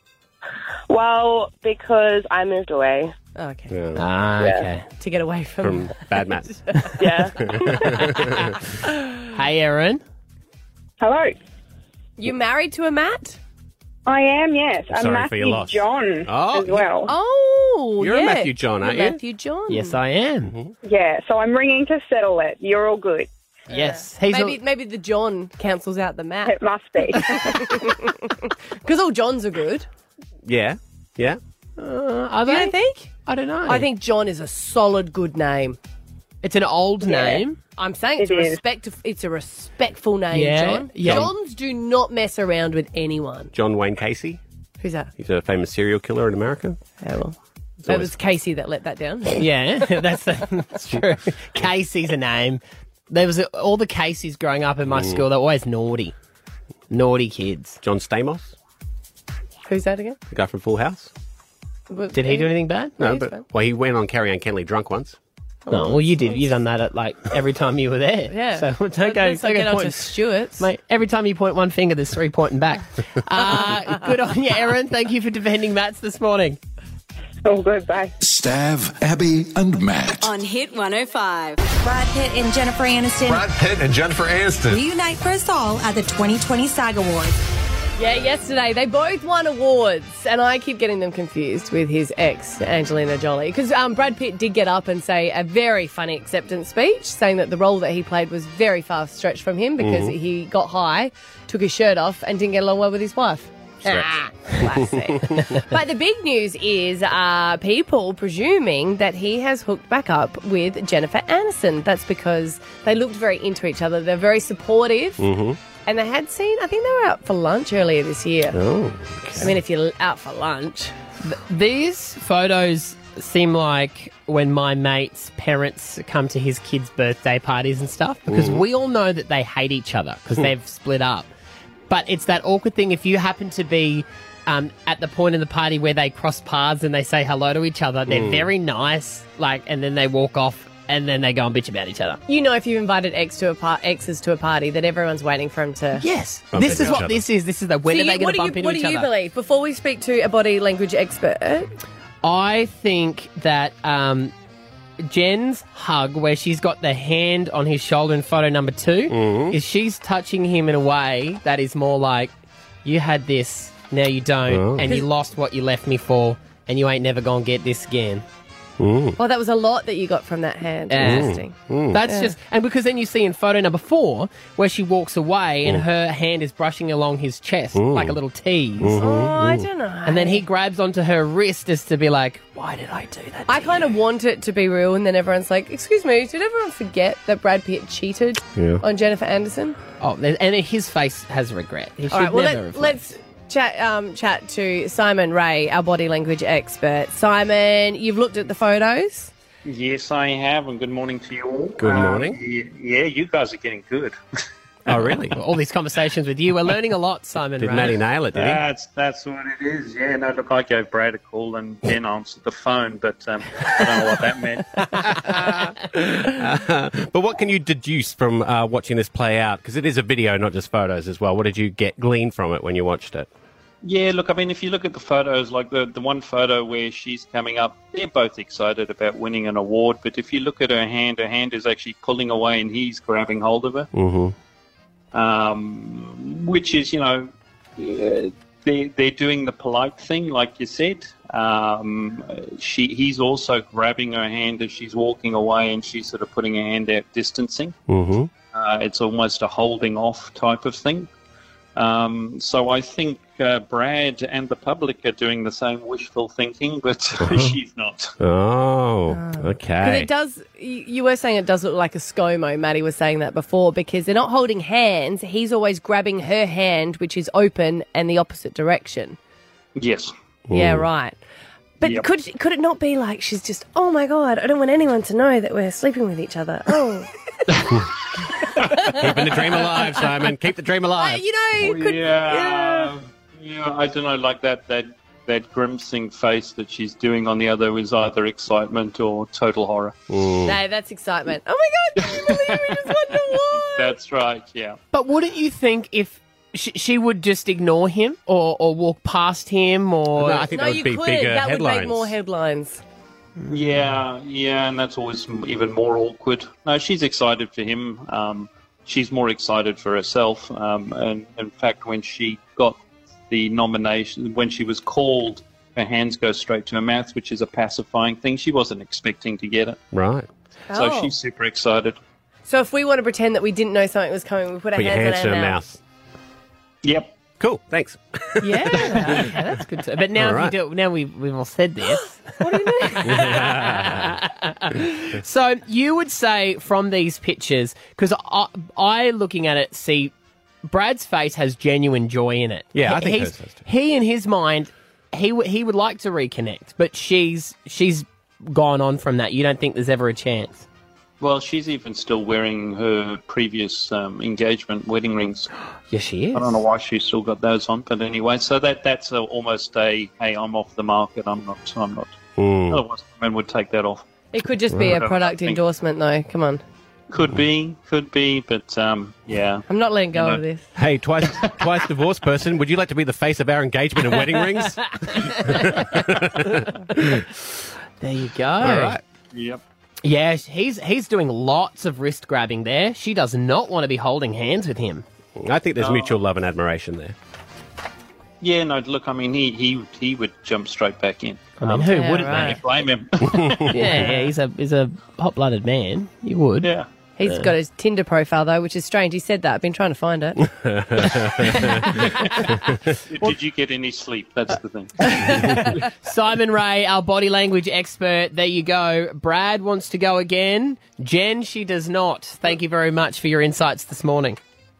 M: Well, because I moved away.
B: Okay.
A: Ah,
M: Yeah.
A: okay.
B: To get away from,
A: From bad Matt.
M: yeah.
A: hey, Erin.
B: Hello. You married to a Matt?
H: I am, yes.
A: I'm Sorry for your Matthew loss.
H: John
A: Oh,
H: as well.
B: Oh,
A: You're a yeah. Matthew John, aren't You're a you? Mm-hmm. Matthew
B: John.
A: Yes, I am.
H: Yeah, so I'm ringing to settle it. You're all good.
A: Yes,
B: maybe maybe the John cancels out the Matt.
H: It must
B: <laughs>
H: be.
B: Because all Johns are good.
C: <laughs> Yeah. Yeah.
B: Uh, are You don't think?
A: I don't know.
B: I think John is a solid good name.
A: It's an old
B: Yeah.
A: name.
B: I'm saying it's
A: It
B: a
A: is.
B: respect. It's a respectful name,
A: Yeah,
B: John.
A: yeah.
B: Johns do not mess around with anyone.
C: John Wayne Casey.
B: Who's that?
C: He's a famous serial killer in America.
B: Oh, well.
C: It's
B: That
C: always-
B: was Casey that let that down.
A: <laughs> Yeah, <laughs> that's, that's true. Casey's a name. There was a, all the Caseys growing up in my
C: Mm.
A: school. They're always naughty, naughty kids.
C: John Stamos,
B: Who's that again?
C: the guy from Full House.
A: Did he do anything bad?
C: No, but well, he went on Carrie Ann Kenley drunk once.
A: No, well, you did. You done that at like every time you were there.
B: Yeah.
A: So <laughs> don't go.
B: Let's not
A: don't go
B: get onto
A: pointing-
B: Stewart's.
A: Mate, every time you point one finger, there's three
B: <laughs>
A: pointing back. Uh, good on you, Erin. Thank you for defending Matt's this morning.
H: All good. Bye.
D: Stav, Abby, and Matt.
E: On Hit 105. Brad Pitt and Jennifer Aniston
D: Pitt and Jennifer Aniston.
E: reunite for us all at the 2020 SAG Awards.
B: Yeah, yesterday they both won awards, and I keep getting them confused with his ex, Angelina Jolie. Because um, Brad Pitt did get up and say a very funny acceptance speech, saying that the role that he played was very far stretched from him because
A: Mhm.
B: he got high, took his shirt off, and didn't get along well with his wife. <laughs> Ah.
M: <laughs>
B: but the big news is uh, people presuming that he has hooked back up with Jennifer Aniston. That's because they looked very into each other. They're very supportive.
H: Mm.
A: Mm-hmm.
B: And they had seen, I think they were out for lunch earlier this year.
A: Oh,
B: I mean, if you're out for lunch.
A: Th- these photos seem like when my mates' parents come to his kids' birthday parties and stuff because
N: Mhm.
A: we all know that they hate each other because
N: Hmm.
A: they've split up. But it's that awkward thing if you happen to be um, at the point in the party where they cross paths and they say hello to each other, they're
B: Hmm.
A: very nice, like, and then they walk off and then they go and bitch about each other.
B: You know, if you've invited ex to a par- exes to a party, that everyone's waiting for him to.
A: Yes. this is what this is. This is the when
B: So
A: are they
B: you-
A: going
B: what
A: to
B: do
A: bump
B: you,
A: into
B: What
A: each
B: do you
A: other?
B: believe? Before we speak to a body language expert,
A: I think that um, Jen's hug, where she's got the hand on his shoulder in photo number 2 is she's touching him in a way that is more like, you had this, now you don't,
C: Oh.
A: and you
B: Cause-
A: lost what you left me for, and you ain't never gonna get this again.
B: well, that was a lot that you got from that hand.
A: Yeah.
B: Interesting.
A: That's
B: Yeah.
A: just, and because then you see in photo number four where she walks away and her hand is brushing along his chest like a little tease.
B: Oh, I don't know.
A: And then he grabs onto her wrist as to be like, why did I do that?
B: I kind of want it to be real, and then everyone's like, "Excuse me, did everyone forget that Brad Pitt cheated
A: Yeah.
B: on Jennifer Anderson?"
A: Oh, th- and his face has regret. He should
B: All right, well,
A: never
B: let,
A: have.
B: let's chat um, chat to Simon Ray, our body language expert. Simon, you've looked at the photos.
O: Yes, I have, and good morning to you all.
A: Good
O: Uh,
A: morning.
O: y- yeah, you guys are getting good.
A: Oh,
O: <laughs>
A: really? All these conversations with you, we're learning a lot, Simon. Ray. Uh,
O: That's that's what it is. Yeah. No, look, I gave Brad a call and Ben answered the phone, but um, I don't know what
A: <laughs>
O: that meant.
C: <laughs> but what can you deduce from uh, watching this play out? Because it is a video, not just photos as well. What did you get glean from it when you watched it?
O: Yeah, look, I mean, if you look at the photos, like the, the one photo where she's coming up, they're both excited about winning an award. But if you look at her hand, her hand is actually pulling away and he's grabbing hold of her.
C: Mm-hmm.
O: um, which is, you know, uh, they, they're doing the polite thing, like you said. Um, she, he's also grabbing her hand as she's walking away, and she's sort of putting her hand out, distancing.
C: Mm-hmm.
O: Uh, it's almost a holding off type of thing. Um, so I think uh, Brad and the public are doing the same wishful thinking, but <laughs> she's not.
C: Oh,
B: Because <laughs>
C: okay.
B: it does, you, you were saying it does look like a ScoMo. Maddie was saying that before because they're not holding hands. He's always grabbing her hand, which is open and the opposite direction.
O: Yes.
B: Yeah, right. But
O: Yep.
B: could could it not be like she's just, oh my god, I don't want anyone to know that we're sleeping with each other. Oh,
C: Keeping the dream alive, Simon. Keep the dream alive.
B: you know, could,
O: Oh, yeah. Yeah, I don't know, like that that that grimacing face that she's doing on the other is either excitement or total horror.
B: <laughs> No, that's excitement. Oh my god!
O: That's right, yeah.
A: But wouldn't you think if she, she would just ignore him or, or walk past him or?
O: No, I think No, that would you be couldn't. bigger That would make headlines. more
B: headlines. Mm.
O: Yeah, yeah, and that's always m- even more awkward. No, she's excited for him. Um, she's more excited for herself. Um, and in fact, when she got the nomination, when she was called, her hands go straight to her mouth, which is a pacifying thing. She wasn't expecting to get it.
C: Right.
O: So
B: Oh.
O: she's super excited.
B: So if we want to pretend that we didn't know something was coming, we put our hands on our mouth.
O: Yep.
C: Cool. Thanks.
A: Yeah, okay, <laughs> that's good. To, but now
C: All
A: if you do it, now we we've all said this. <laughs> so you would say from these pictures because I, I looking at it see Brad's face has genuine joy in it.
C: Yeah, I
A: He-
C: think
A: he's-
C: hers does too.
A: he in his mind he w- he would like to reconnect, but she's she's gone on from that. You don't think there's ever a chance.
O: Well, she's even still wearing her previous um, engagement wedding rings.
A: <gasps> Yes, she is.
O: I don't know why she's still got those on, but anyway, so that that's a, almost a hey, I'm off the market. I'm not. I'm not. Otherwise, men would take that off.
B: It could just be
O: I
B: a <laughs>
O: don't
B: product
O: think-
B: endorsement, though. Come <laughs> on,
O: Could be, could be, but um, yeah.
B: I'm not letting go of
O: No.
B: this.
C: Hey, twice twice divorced person, would you like to be the face of our engagement and
B: <laughs>
C: wedding rings?
A: <laughs> There you go.
C: All right.
O: Yep.
A: Yeah, he's he's doing lots of wrist grabbing there. She does not want to be holding hands with <laughs> him.
C: I think there's
O: No.
C: mutual love and admiration there.
O: Yeah, no. Look, I mean, he he he would jump straight back in.
A: I mean, who
O: Um,
A: wouldn't
O: I
A: they?
O: blame him.
A: yeah, yeah, he's a he's a hot blooded man. You would.
O: Yeah.
B: He's got his Tinder profile though, which is strange. He said that. I've been trying to find it.
O: Did you get any sleep? That's the thing.
A: Simon Ray, our body language expert. There you go. Brad wants to go again. Jen, she does not. Thank you very much for your insights this morning.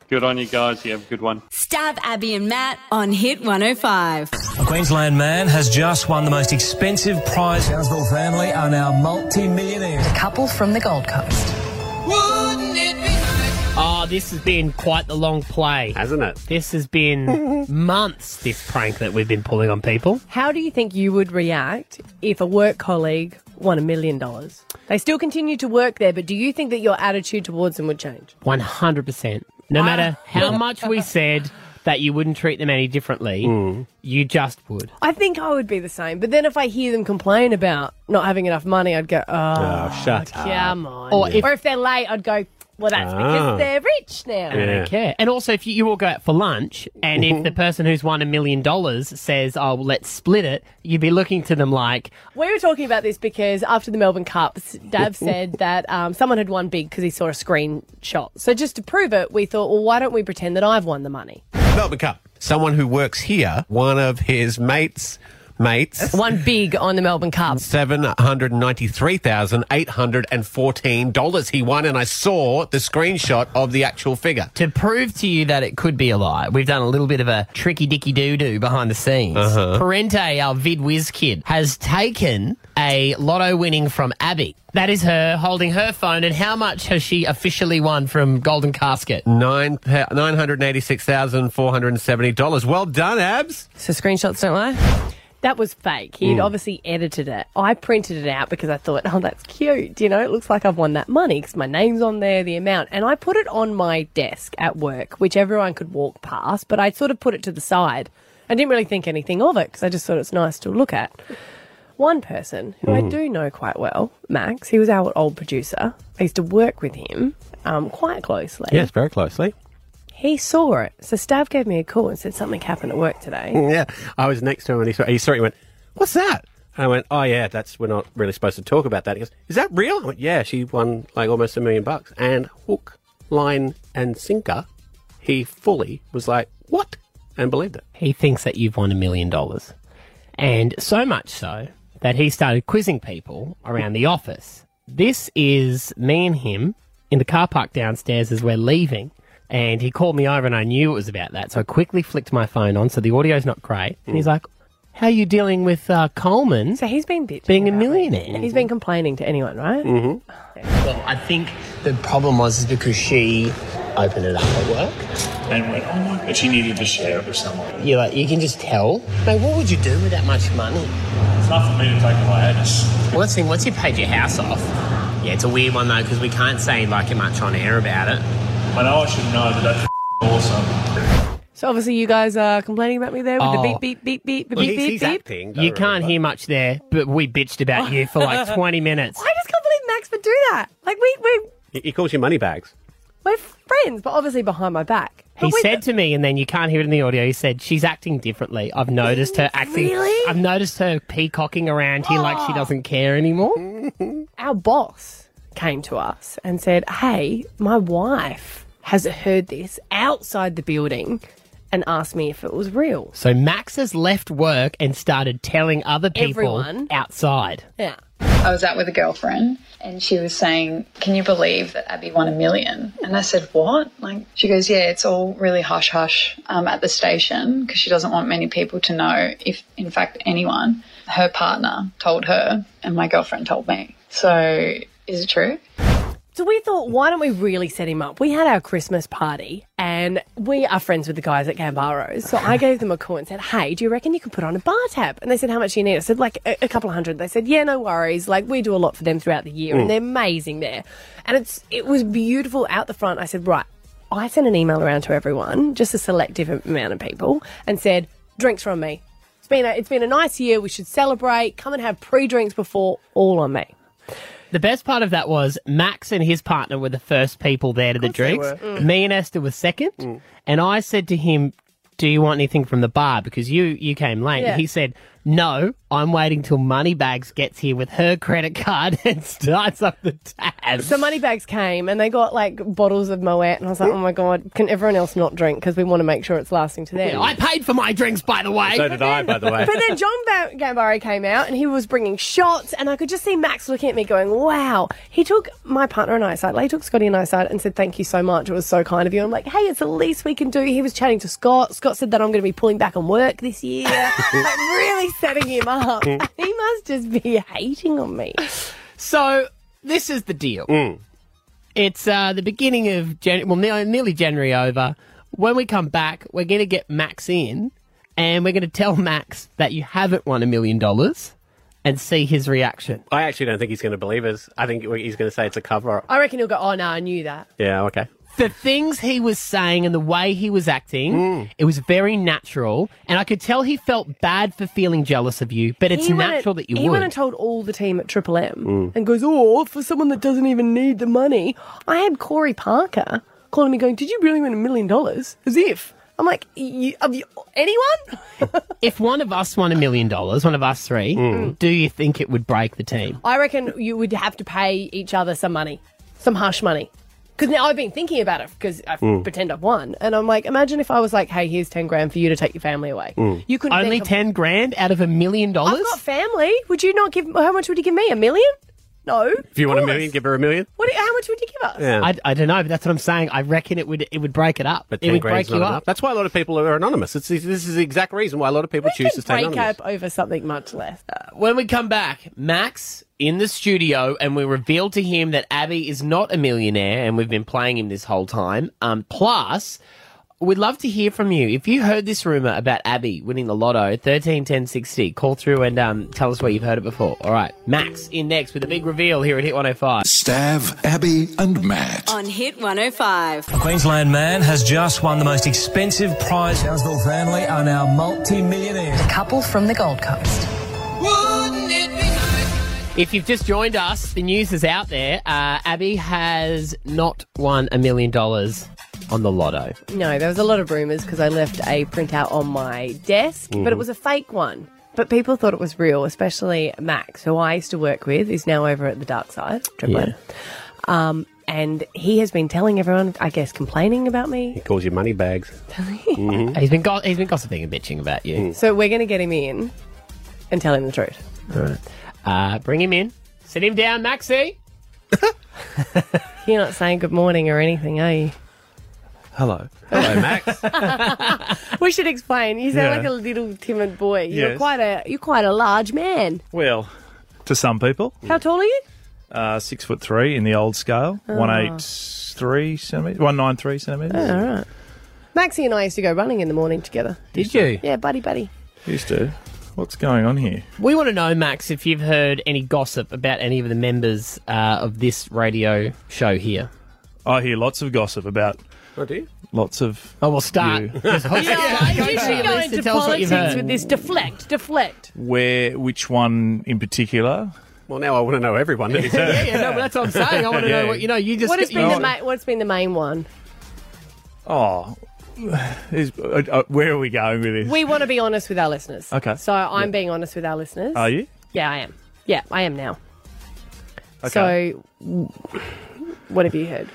O: Good on you guys. You have a good one.
E: Stab Abby and Matt on Hit 105.
N: A Queensland man has just won the most expensive prize. Townsville family are now multi-millionaires. A couple from the Gold Coast.
A: Oh, this has been quite the long play, hasn't it? This has
B: <laughs>
A: been <laughs> months. This prank that we've been pulling on people.
B: How do you think you would react if a work colleague won a million dollars? They still continue to work there, but do you think that your attitude towards them would change?
A: One hundred percent. No matter how much we said that you wouldn't treat them any differently, you just would.
B: I think I would be the same, but then if I hear them complain about not having enough money, I'd go, oh,
A: shut
B: come on.
A: Or if-
B: or if they're late, I'd go, well, that's
A: Ah.
B: because they're rich now.
A: I don't care. And also, if you, you all go out for lunch, and if the person who's won a million dollars says, "Oh, well, let's split it," you'd be looking to them like,
B: We were talking about this because after the Melbourne Cup, S-
A: <laughs>
B: Dav said that um, someone had won big because he saw a screenshot. So just to prove it, we thought, well, why don't we pretend that I've won the money?
C: Melbourne Cup. Someone who works here, one of his mates, mates,
B: One big on the Melbourne Cup.
C: seven hundred ninety-three thousand eight hundred and fourteen dollars he won, and I saw the screenshot of the actual figure.
A: to prove to you that it could be a lie, we've done a little bit of a tricky dicky doo doo behind the scenes.
C: Uh-huh.
A: Parente, our vid whiz kid, has taken a lotto winning from Abby. That is her holding her phone. And how much has she officially won from Golden Casket?
C: Nine nine hundred eighty-six thousand four hundred seventy dollars. Well done, Abs.
B: So screenshots don't lie. That was fake. He'd
C: Mm.
B: obviously edited it. I printed it out because I thought, oh, that's cute. You know, it looks like I've won that money because my name's on there, the amount. And I put it on my desk at work, which everyone could walk past, but I sort of put it to the side. I didn't really think anything of it because I just thought it's nice to look at. One person who I
P: Mm.
B: do know quite well, Max, he was our old producer. I used to work with him um, quite closely.
C: Yes, very closely.
B: He saw it. So Stav gave me a call and said something happened at work today.
C: Yeah, I was next to him and he saw, he saw it. He went, "What's that?" And I went, "Oh yeah, that's we're not really supposed to talk about that." He goes, "Is that real?" I went, "Yeah, she won like almost a million bucks." And hook, line, and sinker, he fully was like, "What?" and believed it.
A: He thinks that you've won a million dollars. And so much so that he started quizzing people around the office. This is me and him in the car park downstairs as we're leaving. And he called me over and I knew it was about that. So I quickly flicked my phone on. So the audio's not great. And he's like, How are you dealing with uh, Coleman? So
B: he's been bitching.
A: Being a millionaire.
B: He's
C: Mm-hmm.
B: been complaining to anyone, right?
A: Well, I think the problem was is because she
P: opened it up at work.
Q: and went, oh my god, she needed to share it with someone.
P: You're like, you can just tell. Mate, what would you do with that much money?
Q: It's not for me to take a hiatus.
P: Well, let's think, once you've paid your house off, yeah, it's a weird one though, because we can't say like much on air about it.
Q: I know I should know that that's awesome.
B: So obviously you guys are complaining about me there with the
A: Oh.
B: beep beep beep beep beep beep beep.
A: You can't hear much there, but we bitched about you
B: <laughs>
A: for like 20 minutes.
B: I just can't believe Max would do that. Like we we
A: He calls you money bags.
B: we're friends, but obviously behind my back.
A: He said to me, and then you can't hear it in the audio. He said she's acting differently. I've noticed her acting.
B: Really? Oh.
A: I've noticed her peacocking around here like she doesn't
P: <laughs>
A: care anymore.
B: Our boss came to us and said, "Hey, my wife has heard this outside the building." And asked me if it was real.
A: So Max has left work and started telling other people
R: Everyone.
A: outside.
B: Yeah.
R: I was out with a girlfriend and she was saying, Can you believe that Abby won a million? And I said, What? Like, she goes, Yeah, it's all really hush hush um, at the station because she doesn't want many people to know if, in fact, anyone, her partner told her and my girlfriend told me. So, is it true?
B: So we thought, why don't we really set him up? We had our Christmas party and we are friends with the guys at Gambaro's. So I gave them a call and said, hey, do you reckon you could put on a bar tab? And they said, how much do you need? I said, like a, a couple of hundred. They said, yeah, no worries. Like we do a lot for them throughout the year
S: Mm.
B: and they're amazing there. And it's it was beautiful out the front. I said, right, I sent an email around to everyone, just a selective amount of people, and said, drinks from me. It's been a, it's been a nice year. We should celebrate. Come and have pre-drinks before all on me.
A: The best part of that was Max and his partner were the first people there to the drinks.
B: were. Mm.
A: Me and Esther were second,
C: Mm.
A: and I said to him, "Do you want anything from the bar?" Because you you came late.
B: Yeah.
A: He said, "No, I'm waiting till Moneybags gets here with her credit card <laughs> and starts up the tab."
B: So Moneybags came and they got like bottles of Moet, and I was like, oh my god, can everyone else not drink? Because we want to make sure it's lasting to them.
A: Yeah, I paid for my drinks, by the way.
C: So did I, by the way.
B: But then John ba- Gambaro came out and he was bringing shots, and I could just see Max looking at me going, wow. He took my partner and I aside, like, he took Scotty and I aside and said, thank you so much. It was so kind of you. I'm like, hey, it's the least we can do. He was chatting to Scott. Scott said that I'm going to be pulling back on work this
C: <laughs>
B: year. like, really setting him up. he must just be hating on me.
A: So this is the deal.
C: Mm.
A: It's uh, the beginning of Jan- well, ne- nearly January over. When we come back, we're going to get Max in, and we're going to tell Max that you haven't won a million dollars, and see his reaction.
C: I actually don't think he's going to believe us. I think he's going to say it's a cover up.
B: I reckon he'll go, oh no, I knew that.
C: Yeah, okay.
A: The things he was saying and the way he was acting,
C: Mm.
A: it was very natural, and I could tell he felt bad for feeling jealous of you. But it's
B: He went
A: natural
B: and-
A: that you
B: he
A: would.
B: went and told all the team at Triple M
A: Mm.
B: and goes, "Oh, for someone that doesn't even need the money." I had Corey Parker calling me, going, "Did you really win a million dollars?" As if I'm like, you, of you, anyone?
A: if one of us won a million dollars, one of us three,
C: Mm.
A: do you think it would break the team?
B: I reckon you would have to pay each other some money, some hush money. Because now I've been thinking about it because I
A: Mm.
B: pretend I've won, and I'm like, imagine if I was like, "Hey, here's ten grand for you to take your family away." You couldn't
A: only
B: think of-
A: ten grand out of a million dollars.
B: I've got family. Would you not give? How much would you give me? A million? No.
C: If you want a million, give her a million.
B: What? do- How much would you give us?
A: I, I don't know, but that's what I'm saying. I reckon it would it would break it up.
C: But
A: it
C: 10
A: would
C: grand's
A: break you
C: not
A: up.
C: enough. That's why a lot of people are anonymous. It's, this is the exact reason why a lot of people choose to stay
B: break
C: anonymous.
B: up over something much less.
A: When we come back, Max in the studio, and we reveal to him that Abby is not a millionaire, and we've been playing him this whole time. Um, plus, we'd love to hear from you. If you heard this rumor about Abby winning the lotto, thirteen ten sixty, call through and um, tell us where you've heard it before. All right, Max in next with a big reveal here at Hit One Hundred Five.
D: Stav, Abby, and Matt.
E: On Hit 105.
N: A Queensland man has just won the most expensive prize. Townsville family are now multi-millionaires. A couple from the Gold Coast.
A: If you've just joined us, the news is out there. Uh, Abby has not won a million dollars on the lotto.
B: No, there was a lot of rumours because I left a printout on my desk, but it
C: Mm-hmm.
A: Mhm.
B: was a fake one. But people thought it was real, especially Max, who I used to work with, is now over at the dark side. Triple M. Um, and he has been telling everyone, I guess, complaining about me.
C: He calls you money bags.
S: Mm-hmm.
A: He's been go- he's been gossiping and bitching about you.
S: Mm.
B: So we're going to get him in and tell him the truth.
A: All right. Uh, bring him in. Sit him down, Maxie.
B: <laughs> You're not saying good morning or anything, are you?
C: Hello. Hello, Max.
B: <laughs> We should explain. You sound
T: Yeah.
B: like a little timid boy. You're
T: Yes.
B: quite a you're quite a large man.
T: Well, to some people.
B: How tall are you?
S: Uh, six foot three in the old scale,
B: Oh.
S: one eight three centimeters, one nine three centimeters.
B: Oh, all right. Maxie and I used to go running in the morning together.
S: Did you?
B: Yeah, buddy, buddy.
S: Used to. What's going on here?
A: We want to know, Max, if you've heard any gossip about any of the members uh, of this radio show here.
S: I hear lots of gossip about.
C: Oh, do you?
S: Lots of.
A: Oh, we'll start.
B: you
A: to your
B: should go
A: list and
B: into
A: tell us what you've
B: politics
A: heard.
B: with this. Deflect, deflect.
S: Where? Which one in particular?
C: Well, now I want to know everyone. yeah,
A: <laughs> <laughs> yeah, no, but that's what I'm saying. I want to know what you know. You just
B: what has
A: you
B: been the ma- what's been the main one?
S: Oh, is, uh, uh, where are we going with this?
B: We want to be honest with our listeners.
S: Okay.
B: So I'm being honest with our listeners.
S: Are you?
B: Yeah, I am. Yeah, I am now.
S: Okay.
B: So, w- what have you heard?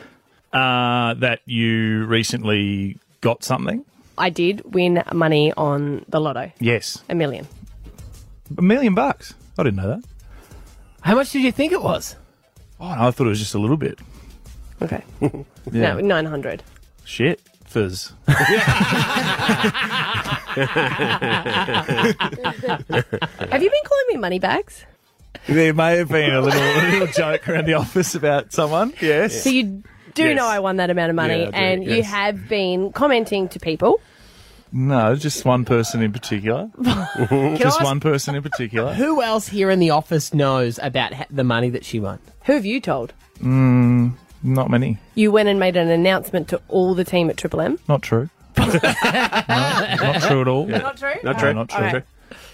S: Uh, that you recently got something?
B: I did win money on the lotto,
S: Yes,
B: a million.
S: a million bucks. I didn't know that.
A: How much did you think it was?
S: Oh, no, I thought it was just a little bit.
B: Okay.
S: <laughs> yeah.
B: No, nine hundred.
S: Shit,
B: <laughs>
S: fizz.
B: Have you been calling me money bags?
S: There may have been a little, a little joke around the office about someone. Yes.
B: So you do
S: Yes.
B: know I won that amount of money,
S: Yeah, I do,
B: and you
S: yes.
B: have been commenting to people. <laughs>
S: No, just one person in particular.
A: I ask-
S: just one person in particular.
A: Who else here in the office knows about ha- the money that she won?
B: Who have you told?
S: Mm, not many.
B: You went and made an announcement to all the team at
S: <laughs>
B: Triple M.
S: Not true. no, not true at all.
B: Yeah. <laughs> Not true?
S: No,
B: Not true.
S: Not true.
B: Okay.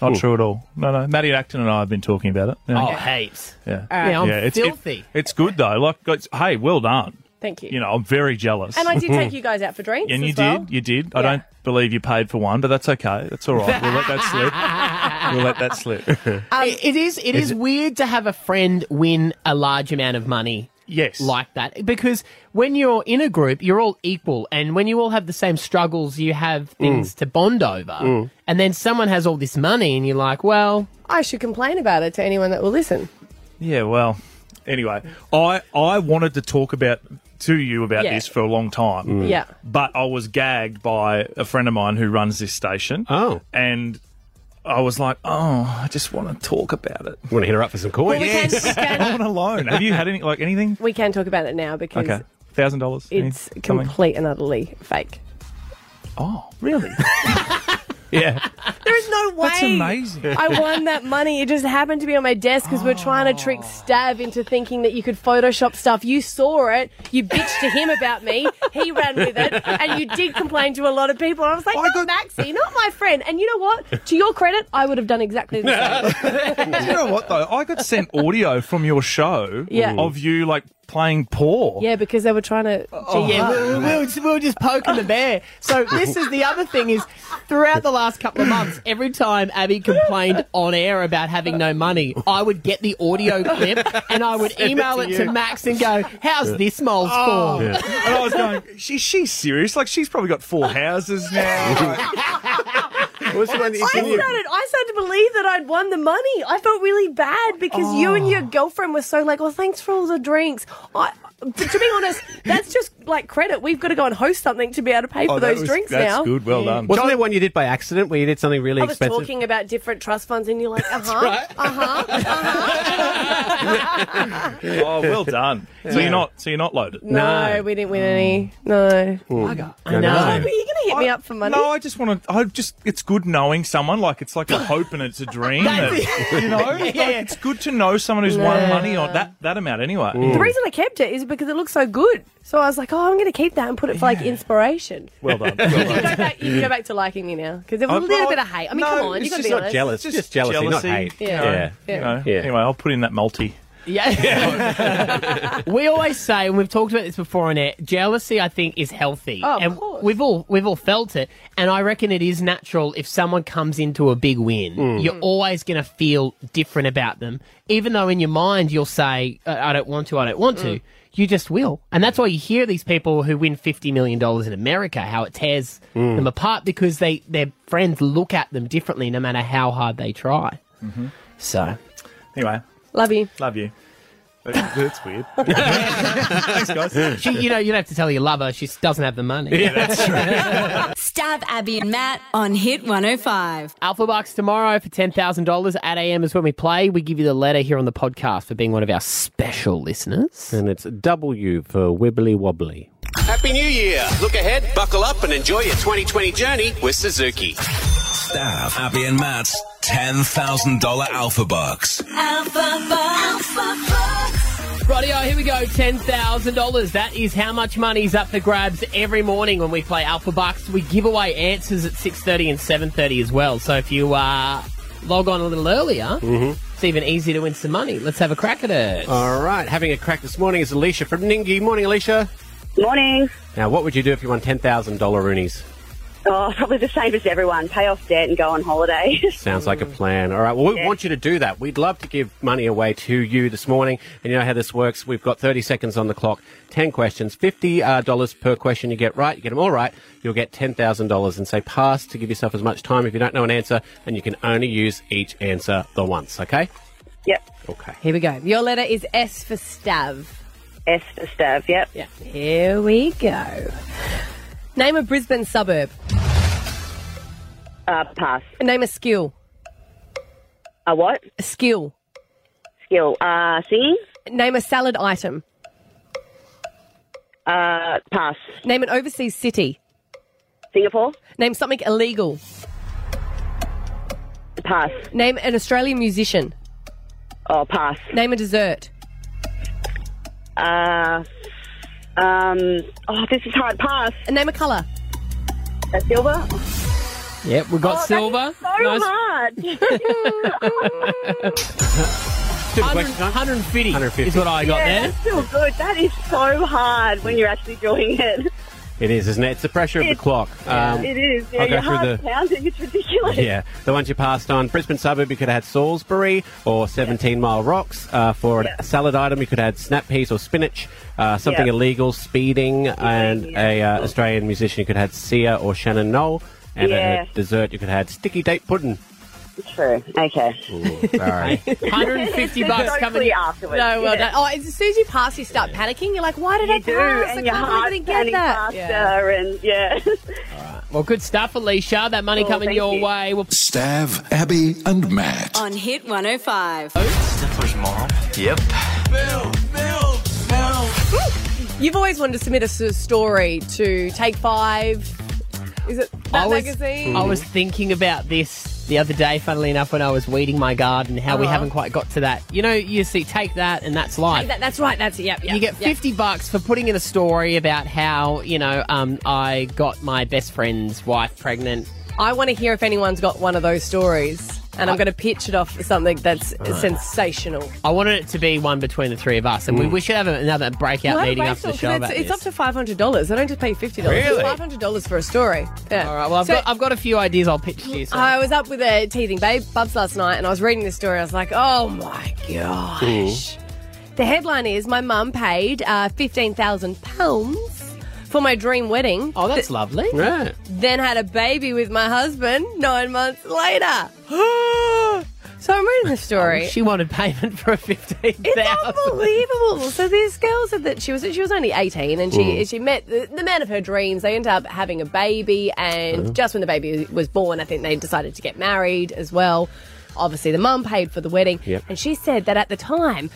S: Not true at all. No, no. Maddie Acton and I have been talking about it. Yeah.
A: Oh, heaps.
B: Um,
S: Yeah.
A: All right. Yeah, I'm
S: it's,
A: filthy.
S: it- it's good though. Like, it's, hey, well done.
B: Thank you.
S: You know, I'm very jealous.
B: And I did
S: <laughs>
B: take you guys out for drinks.
S: And you
B: as well.
S: did, you did. I don't believe you paid for one, but that's okay. That's all right. We'll let that slip. We'll let that
B: <laughs>
S: slip.
A: It- it is. It is,
S: is it-
A: weird to have a friend win a large amount of money.
S: Yes.
A: Like that. Because when you're in a group, you're all equal. And when you all have the same struggles, you have things
B: Mm.
A: to bond over.
B: Mm.
A: And then someone has all this money, and you're like, well,
B: I should complain about it to anyone that will listen.
S: Yeah, well, anyway, I I wanted to talk about to you about
B: Yeah.
S: this for a long time.
B: Mm. Yeah.
S: But I was gagged by a friend of mine who runs this station. Oh. And I was like, oh, I just want to talk about it.
C: Want to hit her up for some
B: Well,
C: coins?
B: we can- we
S: <laughs>
B: can-
S: I want a loan. Have you had any like anything?
B: We can talk about it now because
S: Okay, thousand dollars. eh?
B: it's complete and utterly fake.
S: Oh, really? <laughs> Yeah.
B: There is no way.
S: That's amazing.
B: I won that money. It just happened to be on my desk because we're trying to
S: Oh.
B: trick Stav into thinking that you could Photoshop stuff. You saw it. You bitched to him about me. He ran with
H: <laughs>
B: it, and you did complain to a lot of people. I was like, not Maxie, not my friend. And you know what? To your credit, I would have done exactly the
S: <laughs> <laughs>
B: same.
S: Do you know what though? I got sent audio from your show
B: Yeah.
S: of you like playing poor.
B: Yeah, because they were trying to.
A: Oh, yeah, we were, we, were just, we were just poking the bear. So this is the other thing is throughout the last couple of months, every time Abby complained on air about having no money, I would get the audio clip and I would
S: <laughs> Send it
A: email
S: to
A: it to,
S: you.
A: Max and go, how's this mole's
S: Oh.
A: for?
S: Yeah. And I was going, she, she's serious. Like, she's probably got four houses now.
C: What's the one
B: I started, I started to believe that I'd won the money. I felt really bad because you and your girlfriend were so like, well, thanks for all the drinks. I, but to be honest, that's just like credit. We've got to go and host something to be able to pay
C: Oh,
B: for those drinks now.
C: Well done. Wasn't there one you did by accident where you did something really
B: I was
C: expensive?
B: talking about different trust funds, and you're like, uh huh,
S: right.
B: uh huh, uh huh.
S: oh, well done. So you're not, so you're not loaded.
B: No, we didn't win any. No.
S: I
B: Were you going to hit me up for money?
S: No, I just want to. I just. It's good knowing someone. Like it's
B: <laughs>
S: like a hope and it's a dream.
B: That's
S: that-
B: it.
S: you
B: <laughs>
S: know,
B: Yeah,
S: Like,
B: yeah.
S: it's good to know someone who's won
B: Nah.
S: money on that that amount anyway.
B: The reason I kept it is because it looked so good. So I was like, oh, I'm going to keep that and put it for like inspiration.
S: Well
B: <laughs>
S: done.
B: You can go back to liking me now because there was
S: Oh,
B: a little
S: well,
B: bit of hate. I mean,
S: no,
B: come on,
S: it's
B: you got to
S: just
B: be
S: not
B: honest.
C: jealous. Just, jealousy, not hate.
B: Yeah.
S: Yeah.
B: Yeah.
S: You know, Anyway, I'll put in that multi.
A: we always say, and we've talked about this before on air, jealousy I think is healthy.
B: Oh, of
A: and we've all we've all felt it. And I reckon it is natural if someone comes into a big win,
P: Mm.
A: you're always gonna feel different about them. Even though in your mind you'll say, "Uh, I, I don't want to, I don't want
P: Mm.
A: to. You just will. And that's why you hear these people who win $50 million in America, how it tears
P: Mm.
A: them apart because they, their friends look at them differently no matter how hard they try. So,
S: anyway,
B: love you.
S: Love you. <laughs> That's weird.
A: Thanks,
S: guys.
A: She, you know, you'd have to tell your lover she doesn't have the money.
S: Yeah,
A: <laughs>
S: that's
E: Stab Abby and Matt on Hit 105.
A: Alpha Bucks tomorrow for $10,000 at AM is when we play. We give you the letter here on the podcast for being one of our special listeners.
C: And it's W for Wibbly Wobbly.
T: Happy New Year! Look ahead, buckle up, and enjoy your 2020 journey with Suzuki.
U: Staff, Abby and Matt's $10,000 Alpha Bucks.
E: Alpha Bucks. Alpha
A: Rightio, here we go. $10,000. That is how much money's up for grabs every morning when we play Alpha Bucks. We give away answers at 6.30 and 7.30 as well. So if you uh, log on a little earlier,
C: Mm-hmm.
A: it's even easier to win some money. Let's have a crack at it.
C: All right, having a crack this morning is Alicia from Ningi. Morning, Alicia. Morning. Now, what would you do if you won ten thousand dollar roonies?
H: Oh, probably the same as everyone. Pay off debt and go on holiday. <laughs>
C: Sounds like a plan. All right. Well, we want you to do that. We'd love to give money away to you this morning. And you know how this works. We've got 30 seconds on the clock, 10 questions, $50 uh, dollars per question you get right. You get them all right. You'll get $10,000 and say pass to give yourself as much time if you don't know an answer. And you can only use each answer the once. Okay?
B: Yep.
C: Okay.
B: Here we go. Your letter is S for Stav.
H: S for Stav, yep.
B: Yeah. Here we go. Name a Brisbane suburb.
H: Uh, pass.
B: Name a skill.
H: A what?
B: A skill.
H: Skill. Uh, singing?
B: Name a salad item.
H: Uh, pass.
B: Name an overseas city.
H: Singapore?
B: Name something illegal.
H: Pass.
B: Name an Australian musician.
H: Oh, pass.
B: Name a dessert.
H: Uh, um, oh, this is hard. Pass.
B: name a colour.
H: A silver?
A: Yep, we've got
H: Oh,
A: silver.
H: that is So <laughs> hard.
A: 100, 150, is what I got
H: yeah,
A: there.
H: That's still good. That is so hard when you're actually doing it.
C: It is, isn't it? It's the pressure of the
H: It-
C: clock. Um,
H: it is. Yeah,
C: I'll go
H: your
C: through
H: heart's
C: the.
H: pounding. It's ridiculous.
C: <laughs> Yeah, the ones you passed on. Brisbane suburb, you could have had Salisbury or 17 Mile Rocks. Uh, for a salad item, you could add snap peas or spinach. Uh, something
V: Yeah.
C: illegal, speeding. And a uh, Australian musician, you could have had Sia or Shannon Knoll. And
H: Yeah.
C: a dessert, you could have had sticky date pudding.
H: True. Okay.
C: <laughs> sorry.
A: <laughs>
H: <laughs>
A: 150 bucks coming in.
H: afterwards.
B: No, well done.
H: yeah.
B: Oh, as soon as you pass, you start panicking. You're like, why did I
H: do,
B: pass?
H: and
B: I
H: your
B: can't
H: heart's
B: even get
H: pounding
B: that.
H: faster, and yeah.
A: Well, good stuff, Alicia. That money
H: Oh,
A: coming
H: thank
A: your
H: you.
A: way. We'll
D: Stav, Abby, and Matt.
E: On Hit 105.
D: Yep.
B: You've always wanted to submit a s- story to Take Five. Is it that
A: I was,
B: magazine?
A: I was thinking about this the other day, funnily enough, when I was weeding my garden, how we
B: Uh-huh.
A: haven't quite got to that. You know, you see, take that and that's life.
B: That- that's right. That's it. Yep.
A: you get 50 bucks for putting in a story about how, you know, um, I got my best friend's wife pregnant.
B: I want to hear if anyone's got one of those stories, and I'm going to pitch it off for something that's
A: Right.
B: sensational.
A: I wanted it to be one between the three of us, and we,
D: Hmm.
B: Mm.
A: we should have another breakout
B: Why
A: meeting
B: wait
A: after
B: till-
A: the
B: 'cause
A: show about
B: It's, it's
A: this.
B: up to five hundred dollars. I don't just pay fifty dollars.
A: Really?
B: Five hundred dollars for a story. Yeah. All
A: right. Well, I've, got, I've got a few ideas I'll pitch to you. So.
B: I was up with a teething babe, Bubs, last night, and I was reading this story. I was like, oh my gosh. The headline is My mum paid uh, £15,000 for my dream wedding.
A: Oh, that's lovely. Right.
B: Then had a baby with my husband nine months
A: <gasps>
B: later. <gasps> so I'm reading the
C: <laughs>
B: story.
A: She wanted payment for a 15
B: it's unbelievable. So this girl said that she was she was only eighteen, and she
A: Mm.
B: she met the, the man of her dreams. They ended up having a baby, and
A: Mm.
B: just when the baby was born, I think they decided to get married as well. Obviously, the mum paid for the wedding,
A: Yep.
B: and she said that at the time,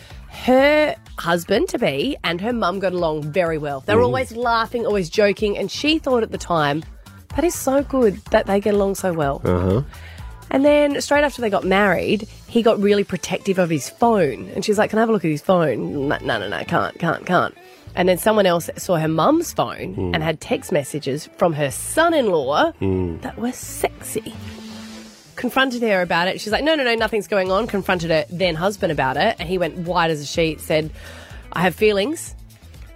B: her husband to be and her mum got along very well. They were
A: Mm.
B: always laughing, always joking, and she thought at the time. That is so good that they get along so well.
A: Uh-huh.
C: Uh huh.
B: And then straight after they got married, he got really protective of his phone. And she's like, Can I have a look at his phone? No, no, no, no can't, can't, can't. And then someone else saw her mum's phone
A: Mm.
B: and had text messages from her son in law that were sexy. Confronted her about it. She's like, No, no, no, nothing's going on. Confronted her then husband about it. And he went white as a sheet, said, I have feelings.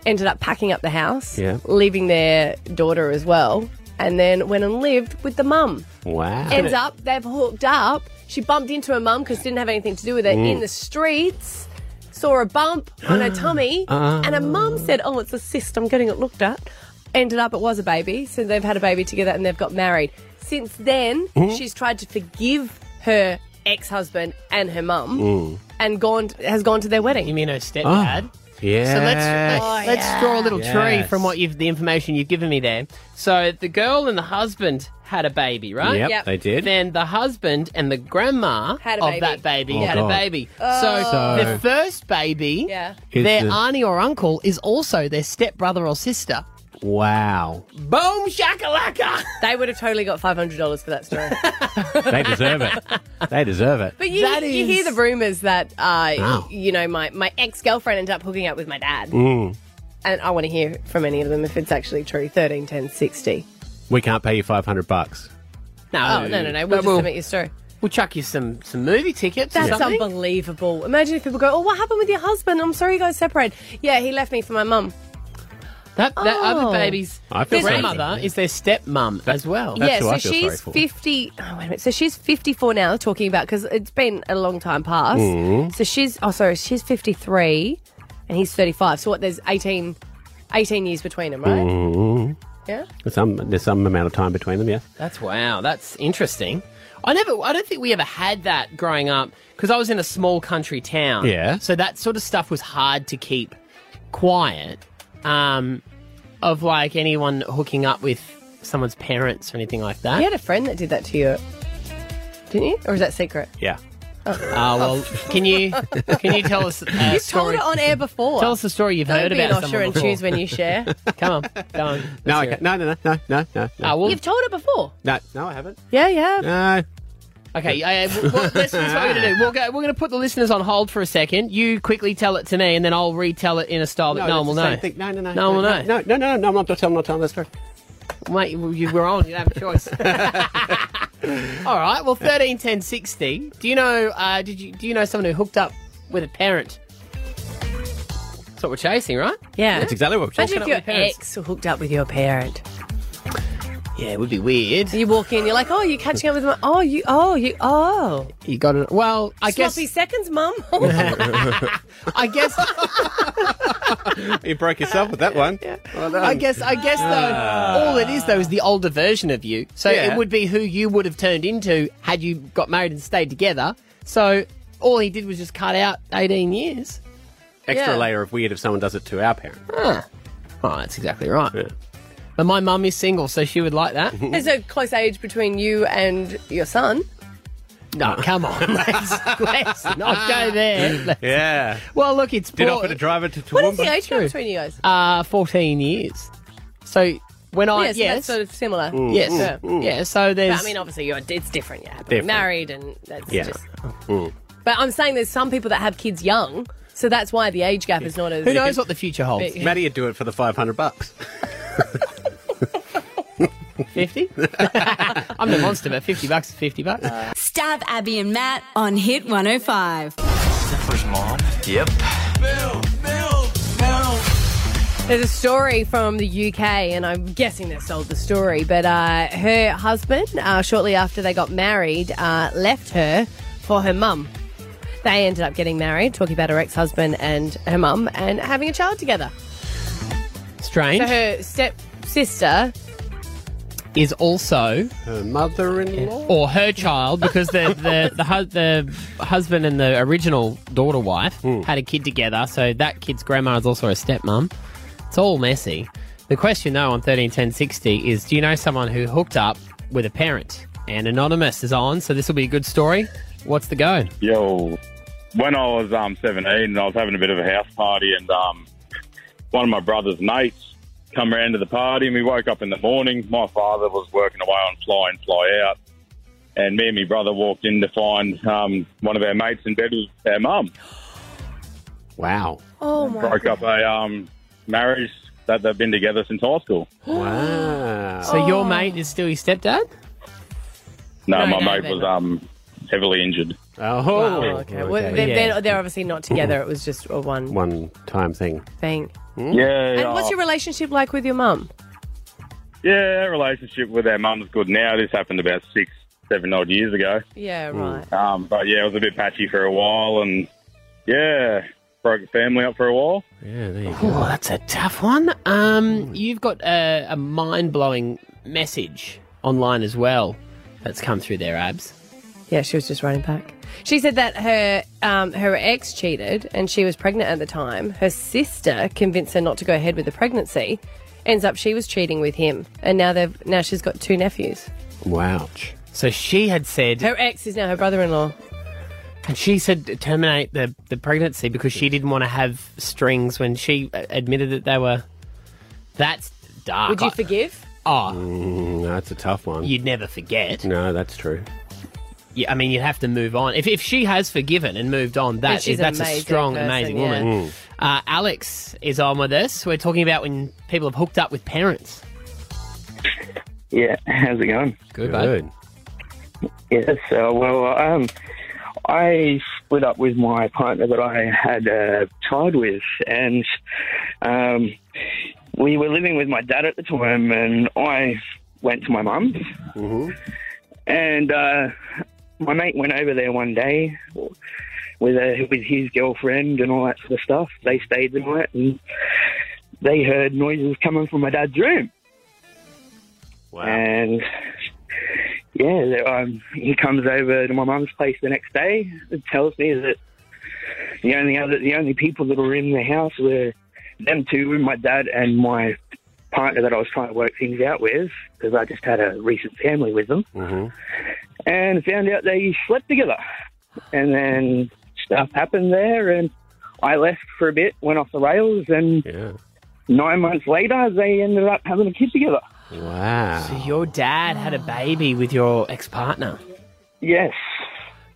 B: Ended up packing up the house,
C: Yeah.
B: leaving their daughter as well. And then went and lived with the mum.
C: Wow.
B: Ends up, they've hooked up. She bumped into her mum because didn't have anything to do with it
C: Mm.
B: in the streets. Saw a bump on
C: <gasps>
B: her tummy,
C: Uh-huh.
A: Ah.
B: and her mum said, "Oh, it's a cyst. I'm getting it looked at." Ended up, it was a baby. So they've had a baby together, and they've got married. Since then,
A: Mm.
B: she's tried to forgive her ex-husband and her mum,
C: Mm. Ah.
B: and gone has gone to their wedding. You
A: mean her stepdad?
C: Yeah.
A: So let's uh,
B: Oh,
A: let's
B: yeah.
A: draw a little tree
C: Yes.
A: from what you've the information you've given me there. So the girl and the husband had a baby, right?
C: Yep, Yep. they did.
A: Then the husband and the grandma
B: Had a
A: of
B: baby.
A: that baby
C: Oh,
A: had
C: God.
A: a baby.
C: Oh.
A: So,
C: So-
A: the first baby,
C: Is
A: their
C: the-
A: auntie or uncle is also their stepbrother or sister.
C: Wow.
A: Boom shakalaka!
B: They would have totally got five hundred dollars for that story.
C: They deserve it. They deserve it.
B: But you,
A: That
B: you
A: is-
B: hear the rumors that uh,
C: Wow.
B: you know my, my ex girlfriend ended up hooking up with my dad,
C: Mm.
B: and I want to hear from any of them if it's actually true. Thirteen ten sixty.
C: We can't pay you 500 bucks.
A: No,
B: oh no no no, we'll just submit your story.
A: We'll chuck you some some movie tickets.
B: That's
A: or something.
B: unbelievable. Imagine if people go, "Oh, what happened with your husband? I'm sorry you guys separated." Yeah, he left me for my mum.
A: That, that
B: Oh.
A: other baby's
B: I feel sorry for
A: grandmother is their stepmum as well.
B: yeah, so she's fifty. Oh, wait a minute. So she's fifty-four now. Talking about because it's been a long time past.
A: Mhm.
B: So she's oh sorry, she's fifty-three, and he's thirty-five. So what? There's 18, 18 years between them, right?
C: Mm.
B: Yeah.
C: There's some, there's some amount of time between them, yeah.
A: That's wow. That's interesting. I never. I don't think we ever had that growing up because I was in a small country town.
C: Yeah.
A: So that sort of stuff was hard to keep quiet. Um, of like anyone hooking up with someone's parents or anything like that.
B: You had a friend that did that to you, didn't you? Or was that secret?
C: Yeah.
A: Oh well, can you can you tell us? Uh,
B: You've told
A: story?
B: it on air before.
A: Tell us the story you've
B: Don't
A: heard
B: be
A: about
B: an usher
A: someone
B: and
A: before.
B: choose when you share.
A: <laughs> Come on, go on.
C: No, I can't. no, no, no, no, no, no. no.
A: Ah, well-
B: You've told it before.
C: no, no, I haven't.
B: Yeah, yeah.
C: No.
A: Okay, uh, w- w- listeners, what we're going to do, we'll go, we're going to put the listeners on hold for a second. You quickly tell it to me, and then I'll retell it in a style that Oh, no,
C: that's
A: one will
C: the
A: know.
C: same thing. No, no, no.
A: No one will know.
C: No, no, no, no, I'm not telling, I'm not telling that story.
A: Mate, you you were on.
C: <laughs>
A: You don't have a choice. All right. Well, thirteen, ten, sixty. Do you know? Uh, did you do you know someone who hooked up with a parent? That's what we're chasing, right?
B: Yeah.
C: That's exactly what we're
B: Imagine if
A: Hooking
B: your
A: up with parents.
B: ex hooked up with your parent.
A: Yeah, it would be weird.
B: You walk in, you're like, oh, you're catching up with my. Oh, you. Oh, you. Oh.
A: You got it. Well, I
B: Sloppy
A: guess.
B: seconds, mum.
A: <laughs> I guess.
C: you broke yourself with that one. Well done.
A: I guess. I guess though.
C: Ah.
A: all it is though is the older version of you. So
C: Yeah.
A: it would be who you would have turned into had you got married and stayed together. So all he did was just cut out eighteen years.
C: Extra
A: Yeah.
C: layer of weird if someone does it to our parent.
A: Huh. Oh, that's exactly right. But my mum is single, so she would like that.
B: There's a close age between you and your son. <laughs>
A: No, come on.
C: <laughs>
A: Let's, let's <laughs> not go there. Let's-
C: Yeah.
A: Well, look, it's
C: Did
A: brought-
C: offer to drive it to Toowoomba.
B: What is the age gap between you guys?
A: Uh, 14 years. So when I,
B: yeah, so that's
A: yes.
B: sort of similar.
A: Mm, Yes.
B: Yeah.
A: mm, mm. Yeah, so there's-
B: But, I mean, obviously, you're, it's different. Yeah,
A: Different.
B: married, and that's
A: Yeah.
B: just. But I'm saying there's some people that have kids young, so that's why the age gap is not as.
A: Who knows what the future holds?
B: Big.
C: Mm. Maddie would do it for the 500 bucks.
B: <laughs>
A: 50? <laughs> I'm the monster, but 50 bucks is 50 bucks.
D: Uh,
E: Stab Abby and Matt on Hit 105.
D: Stifler's mom. Yep.
B: There's a story from the UK, and I'm guessing they sold the story, but uh, her husband, uh, shortly after they got married, uh, left her for her mum. They ended up getting married, talking about her ex husband and her mum, and having a child together.
A: Strange.
B: So her step sister
A: is also
C: her mother-in-law
A: or her child because the the the, hu- the husband and the original daughter wife
C: Hmm.
A: had a kid together. So that kid's grandma is also a stepmom. It's all messy. The question though on thirteen ten sixty is: Do you know someone who hooked up with a parent? And anonymous is on, so this will be a good story. What's the go?
F: Yo, when I was um, 17, and I was having a bit of a house party, and um, one of my brother's mates come round to the party, and we woke up in the morning. My father was working away on fly in, fly out, and me and my brother walked in to find um, one of our mates in bed with their mum.
C: Wow.
B: Oh my
F: Broke up a um, marriage that they've been together since high school.
C: Wow.
A: So your mate is still your stepdad?
F: No,
B: Oh. No,
F: my
B: no,
F: mate
B: they're
F: was
B: not.
F: um, heavily injured.
C: Oh,
B: Wow, okay. Well, they're, they're, they're obviously not together. It was just a one
C: One time thing.
B: thing.
F: Yeah. uh,
B: And what's your relationship like with your mum?
F: Yeah, relationship with our mum's good now. This happened about six, seven odd years ago.
B: Yeah,
C: Mm.
B: right.
F: Um, but yeah, it was a bit patchy for a while, and yeah, broke the family up for a while.
C: Yeah, there
A: Oh, that's a tough one. Um, you've got a, a mind blowing message online as well that's come through their abs.
B: Yeah, she was just running back. She said that her um, her ex cheated and she was pregnant at the time. Her sister convinced her not to go ahead with the pregnancy. Ends up she was cheating with him, and now they've now she's got two nephews.
A: Wow. So she had said
B: Her ex is now her brother-in-law.
A: And she said to terminate the, the pregnancy because she didn't want to have strings when she uh, admitted that they were. That's dark.
B: Would you forgive?
A: Oh.
C: Mm, that's a tough one.
A: You'd never forget.
C: No, that's true.
A: Yeah, I mean, you'd have to move on. If, if she has forgiven and moved on,
B: And
A: that
B: she's
A: is, that's a
B: amazing
A: strong,
B: person,
A: amazing
B: yeah.
A: woman.
B: Mm.
A: Uh, Alex is on with us. We're talking about when people have hooked up with parents.
W: Yeah, <laughs> how's it going?
A: Good, bud.
W: Yeah, so, well, um, I split up with my partner that I had a child with, and um, we were living with my dad at the time, and I went to my mum's,
A: Mm-hmm.
W: and uh, my mate went over there one day with a, with his girlfriend and all that sort of stuff. They stayed the night, and they heard noises coming from my dad's room. And yeah, there- um, he comes over to my mum's place the next day and tells me that the only other, the only people that were in the house were them two, my dad and my partner that I was trying to work things out with because I just had a recent family with them, and found out they slept together. And then stuff happened there, and I left for a bit, went off the rails, and nine months later they ended up having a kid together.
A: Wow. So your dad had a baby with your ex partner.
W: Yes.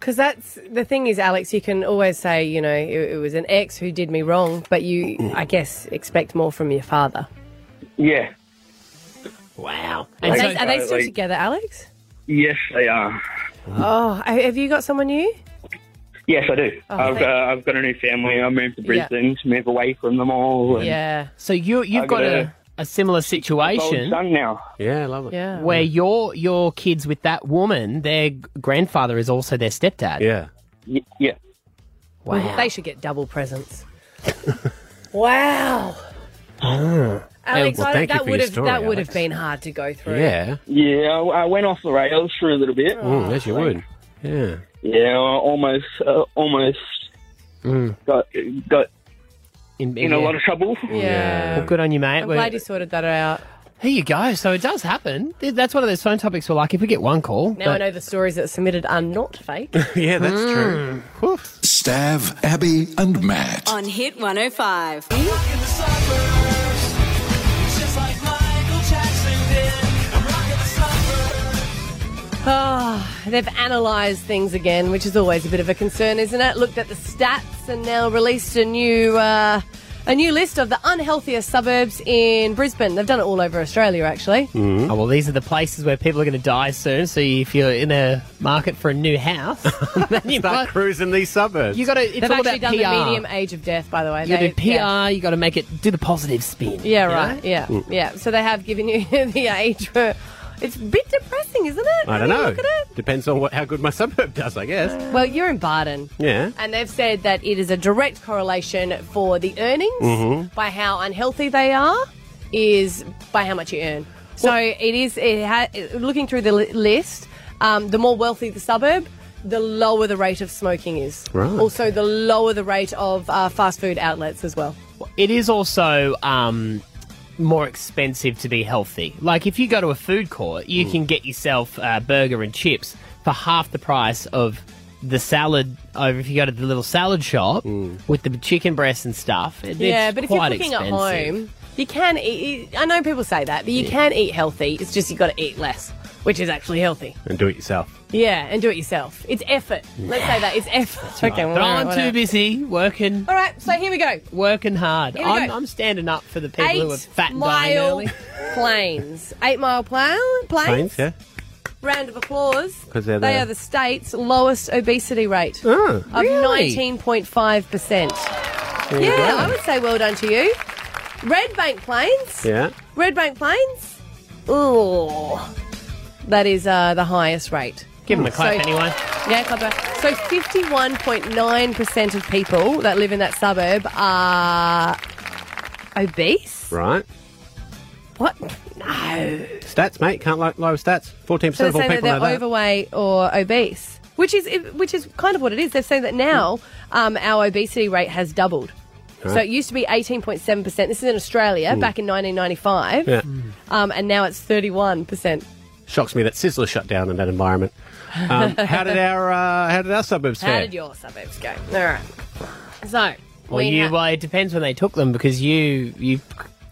B: Because that's the thing is, Alex, you can always say, you know, it, it was an ex who did me wrong, but you, I guess, expect more from your father.
W: Yeah.
A: Wow.
B: And
W: Like,
B: they, are they
W: uh,
B: still
W: like-
B: together, Alex?
W: Yes, they are.
B: Oh, ha- have you got someone new?
W: Yes, I do.
B: Oh,
W: I've,
B: thank-
W: uh, I've got a new family. I moved to
B: Yeah.
W: Brisbane to move away from them all. and
A: So you you've
W: I've
A: got,
W: got
A: a, a similar
W: old
A: situation.
W: son now.
C: Yeah, lovely.
B: Yeah.
A: Where your your kids with that woman, their g- grandfather is also their stepdad.
C: Yeah.
W: Y- yeah.
A: Wow.
B: They should get double
W: <laughs>
B: presents. wow. Alex, I, that would have that would have been hard to go through.
W: Yeah, I I went off the rails for a little bit.
C: Mm, yes, you would. Yeah.
W: Yeah, I almost, uh, almost got got
A: in,
W: in a
A: yeah.
W: lot of trouble.
A: Yeah. Well, good on you, mate.
B: I'm
A: We're-
B: glad you sorted that out.
A: Here you go. So it does happen. Th- That's one of those phone topics we're like, if we get one call.
C: Mm-hmm.
B: Now I know the stories that are submitted are not fake.
C: yeah,
A: that's
U: true. Stav, Abby, and Matt.
E: On Hit 105.
B: Ah, they've analysed things again, which is always a bit of a concern, isn't it? Looked at the stats and now released a new uh, a new list of the unhealthiest suburbs in Brisbane. They've done it all over Australia, actually.
C: Mm-hmm.
A: Oh, well, these are the places where people are going to die soon. So if you're in a market for a new house, <laughs> then you
C: Start cruising these suburbs.
A: You got to. It's
B: They've
A: all
B: actually
A: about
B: done
A: PR.
B: the medium age of death, by the way.
A: You got to
B: They-
A: do PR.
B: yeah.
A: You got to make it do the positive spin.
B: Yeah,
A: you know?
B: right. Yeah,
A: Mm.
B: yeah. So they have given you <laughs> the age. For, it's a bit depressing, isn't it?
C: I don't
B: When you
C: know.
B: look at it?
C: Depends on what, how good my <laughs> suburb does, I guess.
B: Well, you're in Barden.
C: Yeah.
B: And they've said that it is a direct correlation for the earnings
A: Mm-hmm.
C: Mhm.
B: by how unhealthy they are is by how much you earn. So it is. It ha- looking through the li- list, um, the more wealthy the suburb, the lower the rate of smoking is.
A: Right.
B: Also, the lower the rate of uh, fast food outlets as well.
A: It is also um, more expensive to be healthy. Like if you go to a food court, you
P: Mm.
A: can get yourself a burger and chips for half the price of the salad over if you go to the little salad shop
C: Mm.
A: with the chicken breasts and stuff. It-
B: yeah,
A: it's
B: but if you're
A: quite
B: cooking
A: expensive.
B: at home, you can eat. I know people say that, but you can eat healthy. It's just you've got to eat less, which is actually healthy.
C: And do it yourself.
B: Yeah, and do it yourself. It's effort. Let's say that. It's effort. okay,
A: But
B: alright,
A: I'm too
B: whatever.
A: busy working.
B: All right, so here we go.
A: Working hard.
B: Here we
A: I'm,
B: go.
A: I'm standing up for the people who are
B: Eight
A: fat and dying
B: mile
A: early.
B: plains. Eight mile plow, plains.
C: Planes, yeah.
B: Round of applause.
C: 'Cause they're
B: they
C: the-
B: are the state's lowest obesity rate
C: Oh,
B: of
C: really?
B: 19.5%.
C: There you
B: yeah,
C: go.
B: I would say well done to you. Red Bank Plains.
C: Yeah.
B: Red Bank Plains. Ooh. That is uh, the highest rate.
A: Give 'em
B: Mm.
A: a clap anyway.
B: Yeah, clap back. So 51.9% of people that live in that suburb are obese?
C: Right.
B: What? No.
C: Stats, mate. Can't like low stats. 14%
B: So they're
C: of all
B: Oh. saying that
C: people
B: they're
C: are that.
B: overweight or obese. which is which is kind of what it is. They've said that now um, our obesity rate has doubled.
K: Huh.
B: So it used to be 18.7%. This is in Australia
C: Mm.
B: back in 1995.
C: Yeah.
B: Um, and now it's 31%.
C: Shocks me that Sizzler shut down in that environment.
B: <laughs>
C: Um, how did our uh, how did our suburbs
B: How
C: fare?
B: did your suburbs go? All right. So,
A: Well,
B: we
A: you
B: ha-
A: well, it depends when they took them because you you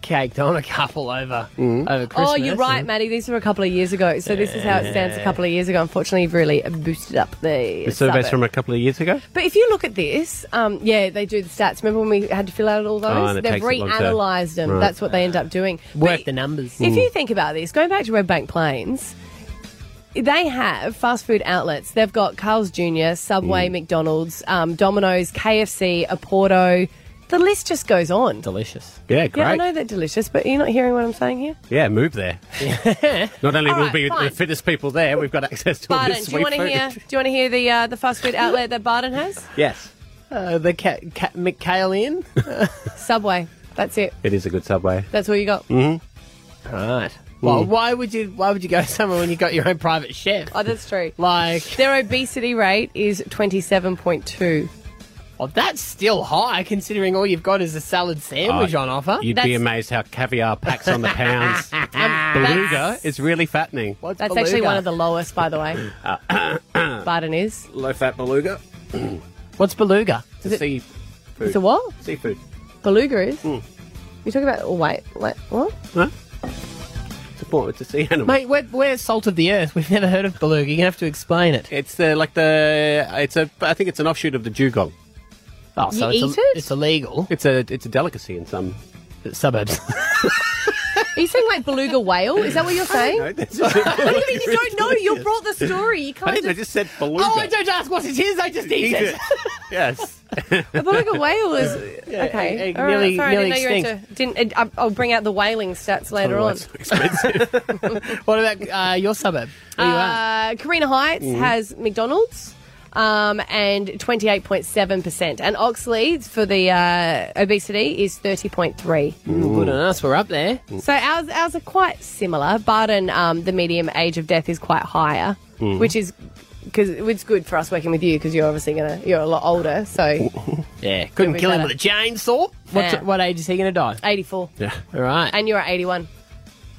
A: caked on a couple over
C: Mm.
A: over Christmas.
B: oh, you're right, Maddie. These were a couple of years ago. So this is how it stands a couple of years ago. Unfortunately, you've really boosted up the.
C: the
B: suburb.
C: surveys from a couple of years ago.
B: But if you look at this, um, yeah, they do the stats. Remember when we had to fill out all those?
C: Oh, and it
B: They've
C: takes a long time.
B: reanalyzed them.
C: Right. Hmm.
B: That's what they end up doing.
A: Work the numbers.
B: If you think about this, going back to Red Bank Plains, they have fast food outlets. They've got Carl's Jr.,
C: Hmm.
B: Subway, McDonald's, um, Domino's, KFC, Oporto. The list just goes on.
A: Delicious.
C: Yeah, great.
B: Yeah, I know they're delicious, but you're not hearing what I'm saying here.
C: Yeah,
B: <laughs>
C: move there. Not only will be
B: fine.
C: the fittest people there, we've got access to all
B: Barden,
C: this
B: do you
C: sweet
B: want to
C: food.
B: hear? Do you want to hear the uh, the fast food outlet that Barden has?
C: Yes,
A: Uh, the ca- ca-
B: <laughs>
A: McHale Inn,
B: Subway. That's it.
C: it is a good subway.
B: That's all you got.
C: Mm-hmm. Mm.
A: Right. Well, why would you? Why would you go <laughs> somewhere when you got your own private chef?
B: Oh, that's true.
A: Like
B: their obesity rate is twenty seven point two.
A: Well, that's still high considering all you've got is a salad sandwich
C: Oh,
A: on offer.
C: You'd be amazed how caviar packs on
B: <laughs>
C: the pounds. Beluga is really fattening. Uh,
A: What's
B: That's actually one of the lowest, by the
A: <coughs>
B: way. Barden is.
C: <coughs> Low fat beluga.
A: What's beluga?
C: It's a sea food.
B: It's a what?
C: Seafood. Mm.
B: Beluga is. You talking about? Oh, wait, wait,
A: <laughs>
B: what?
C: Huh? It's a, port- it's a sea animal.
A: Mate, we're, we're salt of the earth. We've never heard of beluga. You're gonna have to explain it.
C: It's the like the it's a I think it's an offshoot of the dugong.
A: Oh, so You it's a- it? it's illegal.
C: It's a it's a delicacy in some
A: suburbs.
B: Are you saying like beluga whale? Is that what you're saying? Oh,
C: I don't
B: what do you mean you don't know? You brought the story. You
C: <laughs> I
B: can't.
C: didn't. I just said beluga.
B: Oh, I don't ask what it is. I just eat it.
C: yes.
B: A
A: <laughs>
B: beluga whale is
C: <laughs>
A: Yeah,
B: okay.
A: it- it
B: All right,
A: nearly-
B: sorry,
A: nearly
B: I didn't know you were into. Didn't, I- I'll bring out the whaling stats later on.
A: <laughs> what about uh, your suburb? Where you at?
B: Uh, Karina Heights
A: Mhm.
B: has McDonald's. Um, and 28.7%. And Oxley for the uh, obesity is 30.3.
A: Mm, Good on us. We're up there.
B: So ours, ours are quite similar. Barden, um, the medium age of death is quite higher,
A: Mhm.
B: which is because it's good for us working with you because you're obviously gonna you're a lot older.
A: <laughs>
B: So
A: yeah, couldn't
B: be
A: kill him
B: better.
A: with a chainsaw. What's,
B: Yeah.
A: What age is he gonna die?
B: 84,
C: Yeah.
A: All right.
B: and you're at 81.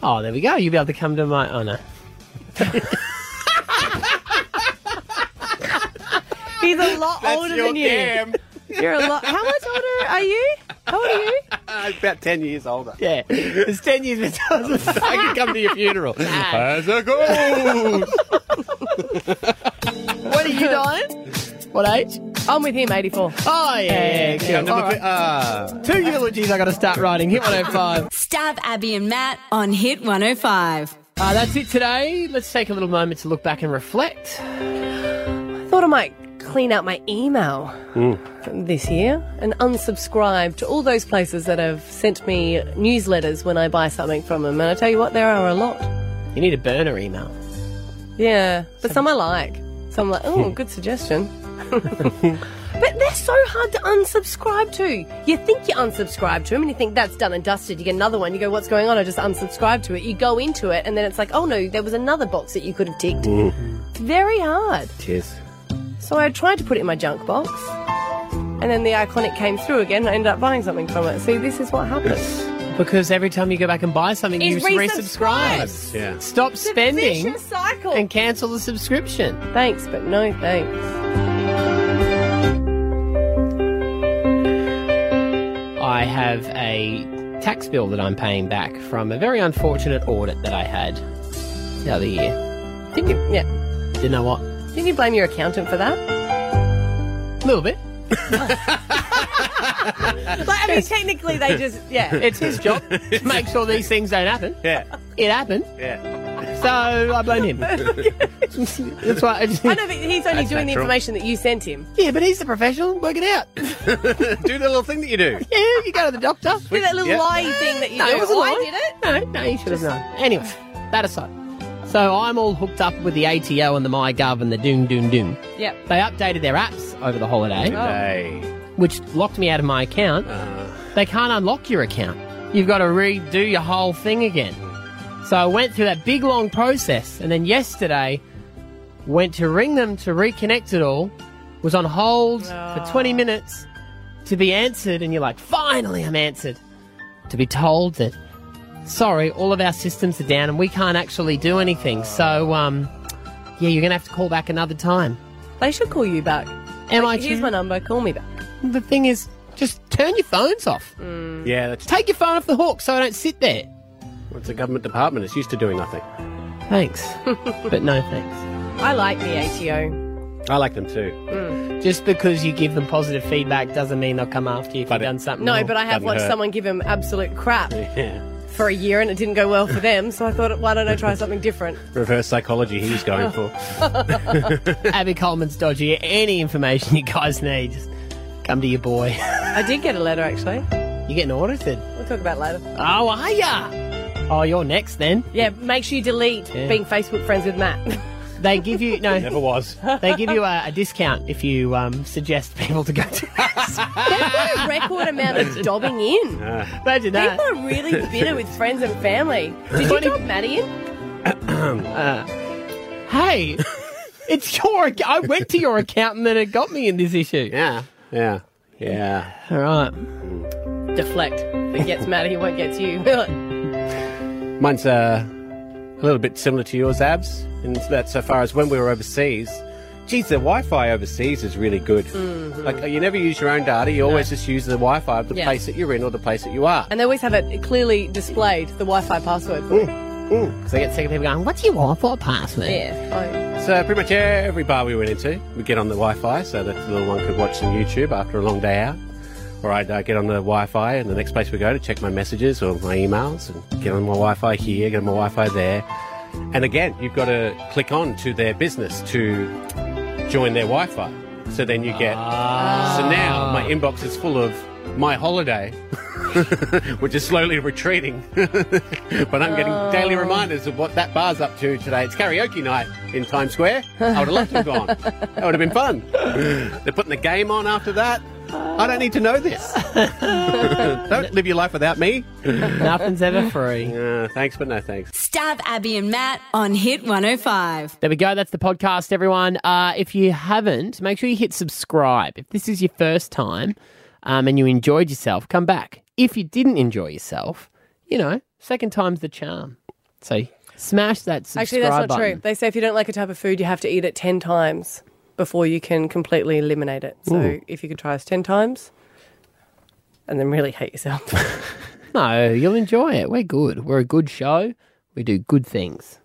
A: Oh, there we go. You'll be able to come to my honour.
B: He's a lot
C: That's
B: older
C: your
B: than you.
C: game.
B: You're a lot. How much older are you? How old are you?
C: Uh, About ten years older.
A: Yeah, it's ten years between us.
C: <laughs>
A: I can come to your funeral.
C: As a <laughs> ghost.
B: What are you dying?
A: What age?
B: I'm with him, 84.
A: Oh, yeah, yeah, yeah. All right. Ah. Two eulogies I got to start writing. Hit 105.
E: Stab Abby and Matt on Hit 105.
A: Uh, that's it today. Let's take a little moment to look back and reflect.
B: I thought I might clean out my email from this year and unsubscribe to all those places that have sent me newsletters when I buy something from them. And I tell you what, there are a lot.
A: You need a burner email.
B: Yeah, but some I like. Some I'm like,
A: <laughs>
B: oh, good suggestion. but they're so hard to unsubscribe to. You think you unsubscribe to them and you think that's done and dusted. You get another one, you go, what's going on? I just unsubscribed to it. You go into it and then it's like, oh no, there was another box that you could have ticked. It's very hard.
C: Cheers. <laughs>
B: So I tried to put it in my junk box and then the iconic came through again and I ended up buying something from it. See, this is what happens.
A: Because every time you go back and buy something,
B: It
A: you resubscribe.
B: resubscribes.
C: Yeah.
A: Stop spending
B: vicious cycle.
A: and cancel the subscription.
B: Thanks, but no thanks.
A: I have a tax bill that I'm paying back from a very unfortunate audit that I had the other year.
B: Didn't you, yeah.
A: You know what?
B: Didn't you blame your accountant for that?
A: A little bit.
B: Like, I mean, technically they just,
A: <laughs>
B: yeah.
A: It's his job to make sure these things don't happen.
C: Yeah.
A: It happened.
C: Yeah.
A: So I blame
B: <laughs>
A: him. <laughs> That's why. I, just,
B: I know, but he's only
A: That's
B: doing the
A: natural.
B: information that you sent him.
A: Yeah, but he's the professional. Work it out. <laughs>
C: do the little thing that you do.
A: Yeah, you go to the doctor.
B: Do that little
A: Yeah.
B: lie thing that you
A: No,
B: do.
A: it wasn't
B: Oh,
A: lying.
B: I did it.
A: No, you should have known. Anyway, that aside. So I'm all hooked up with the ATO and the MyGov and the doom, doom, doom.
B: Yep.
A: They updated
B: <laughs>
A: their apps over the holiday,
C: Hey.
A: which locked me out of my account. They can't unlock your account. You've got to redo your whole thing again. So I went through that big long process, and then yesterday went to ring them to reconnect it all, was on hold for 20 minutes to be answered, and you're like, finally I'm answered. To be told that, sorry, all of our systems are down and we can't actually do anything. So, um, yeah, you're going to have to call back another time.
B: They should call you back.
A: Am
B: Like,
A: I
B: Here's
A: too-
B: my number. Call me back.
A: The thing is, just turn your phones off.
B: Mm.
C: Yeah, that's
A: Take your phone off the hook so I don't sit there.
C: it's a government department. It's used to doing nothing.
A: Thanks. but no thanks.
B: I like the ATO.
C: I like them too.
B: Mm.
A: Just because you give them positive feedback doesn't mean they'll come after you if you've done something.
B: No,
A: wrong.
B: but I have watched someone give him absolute crap
C: <laughs> Yeah.
B: for a year and it didn't go well for them. So I thought, why don't I try something different?
C: Reverse psychology
B: <laughs>
C: he's going for.
A: Oh. <laughs> Abby Coleman's dodgy. Any information you guys need, just come to your boy. <laughs>
B: I did get a letter actually.
A: You're getting audited.
B: We'll talk about it later.
A: Oh, are ya? Oh, you're next then.
B: Yeah, make sure you delete
A: Yeah.
B: being Facebook friends with
A: <laughs>
B: Matt.
A: They give you
C: <laughs>
A: no. Never
C: was.
A: <laughs> They give you a, a discount if you um, suggest people to go
C: <laughs>
A: to.
B: They've got a record amount of dobbing in.
A: Imagine that.
B: People are really bitter with friends and family. Did you dob Maddie in?
A: Uh, hey, it's your. ac- I went to your accountant that had got me in this issue. Yeah.
C: Yeah. Yeah.
A: All right.
B: Deflect. If it gets Maddie, it won't get
A: <laughs>
B: you.
C: Mine's uh, a little bit similar to yours, Abs, in that so far as when we were overseas. Geez, the Wi-Fi overseas is really good.
B: Mm-hmm.
C: Like you never use your own data; you always just use the Wi-Fi of the
B: Yeah.
C: place that you're in or the place that you are.
B: and they always have it clearly displayed, the Wi-Fi password.
C: Because
A: I get sick of people going, "What's your Wi-Fi password?"
B: Yeah.
C: So pretty much every bar we went into, we get on the Wi-Fi so that the little one could watch some YouTube after a long day out. Or I'd uh, get on the Wi-Fi, and the next place we go to check my messages or my emails, and get on my Wi-Fi here, get on my Wi-Fi there. And again, you've got to click on to their business to join their Wi-Fi. So then you get. So now my inbox is full of my holiday, <laughs> which is slowly retreating. <laughs> but I'm getting daily reminders of what that bar's up to today. It's karaoke night in Times Square. I would have loved to have gone. That would have been fun. They're putting the game on after that. I don't need to know this. don't live your life without me.
A: Nothing's ever free.
C: Uh, thanks, but no thanks.
E: Stab Abby and Matt on Hit 105.
A: There we go. That's the podcast, everyone. Uh, if you haven't, make sure you hit subscribe. If this is your first time um, and you enjoyed yourself, come back. If you didn't enjoy yourself, you know, second time's the charm. So smash that subscribe
B: Actually, that's not
A: button.
B: true. They say if you don't like a type of food, you have to eat it 10 times before you can completely eliminate it. So
A: Ooh.
B: if you could try us 10 times and then really hate yourself.
A: <laughs> No, you'll enjoy it. We're good. We're a good show. We do good things.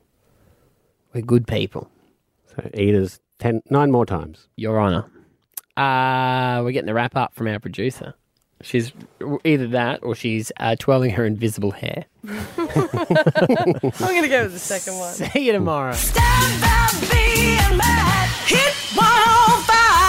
A: We're good people.
C: So eaters, ten, nine more times.
A: Your Honour. Uh, we're getting the wrap up from our producer. She's either that or she's uh, twirling her
B: <laughs>
A: invisible hair.
B: I'm going to go with the
A: <laughs>
B: second one.
A: See you tomorrow.
K: Hit 105.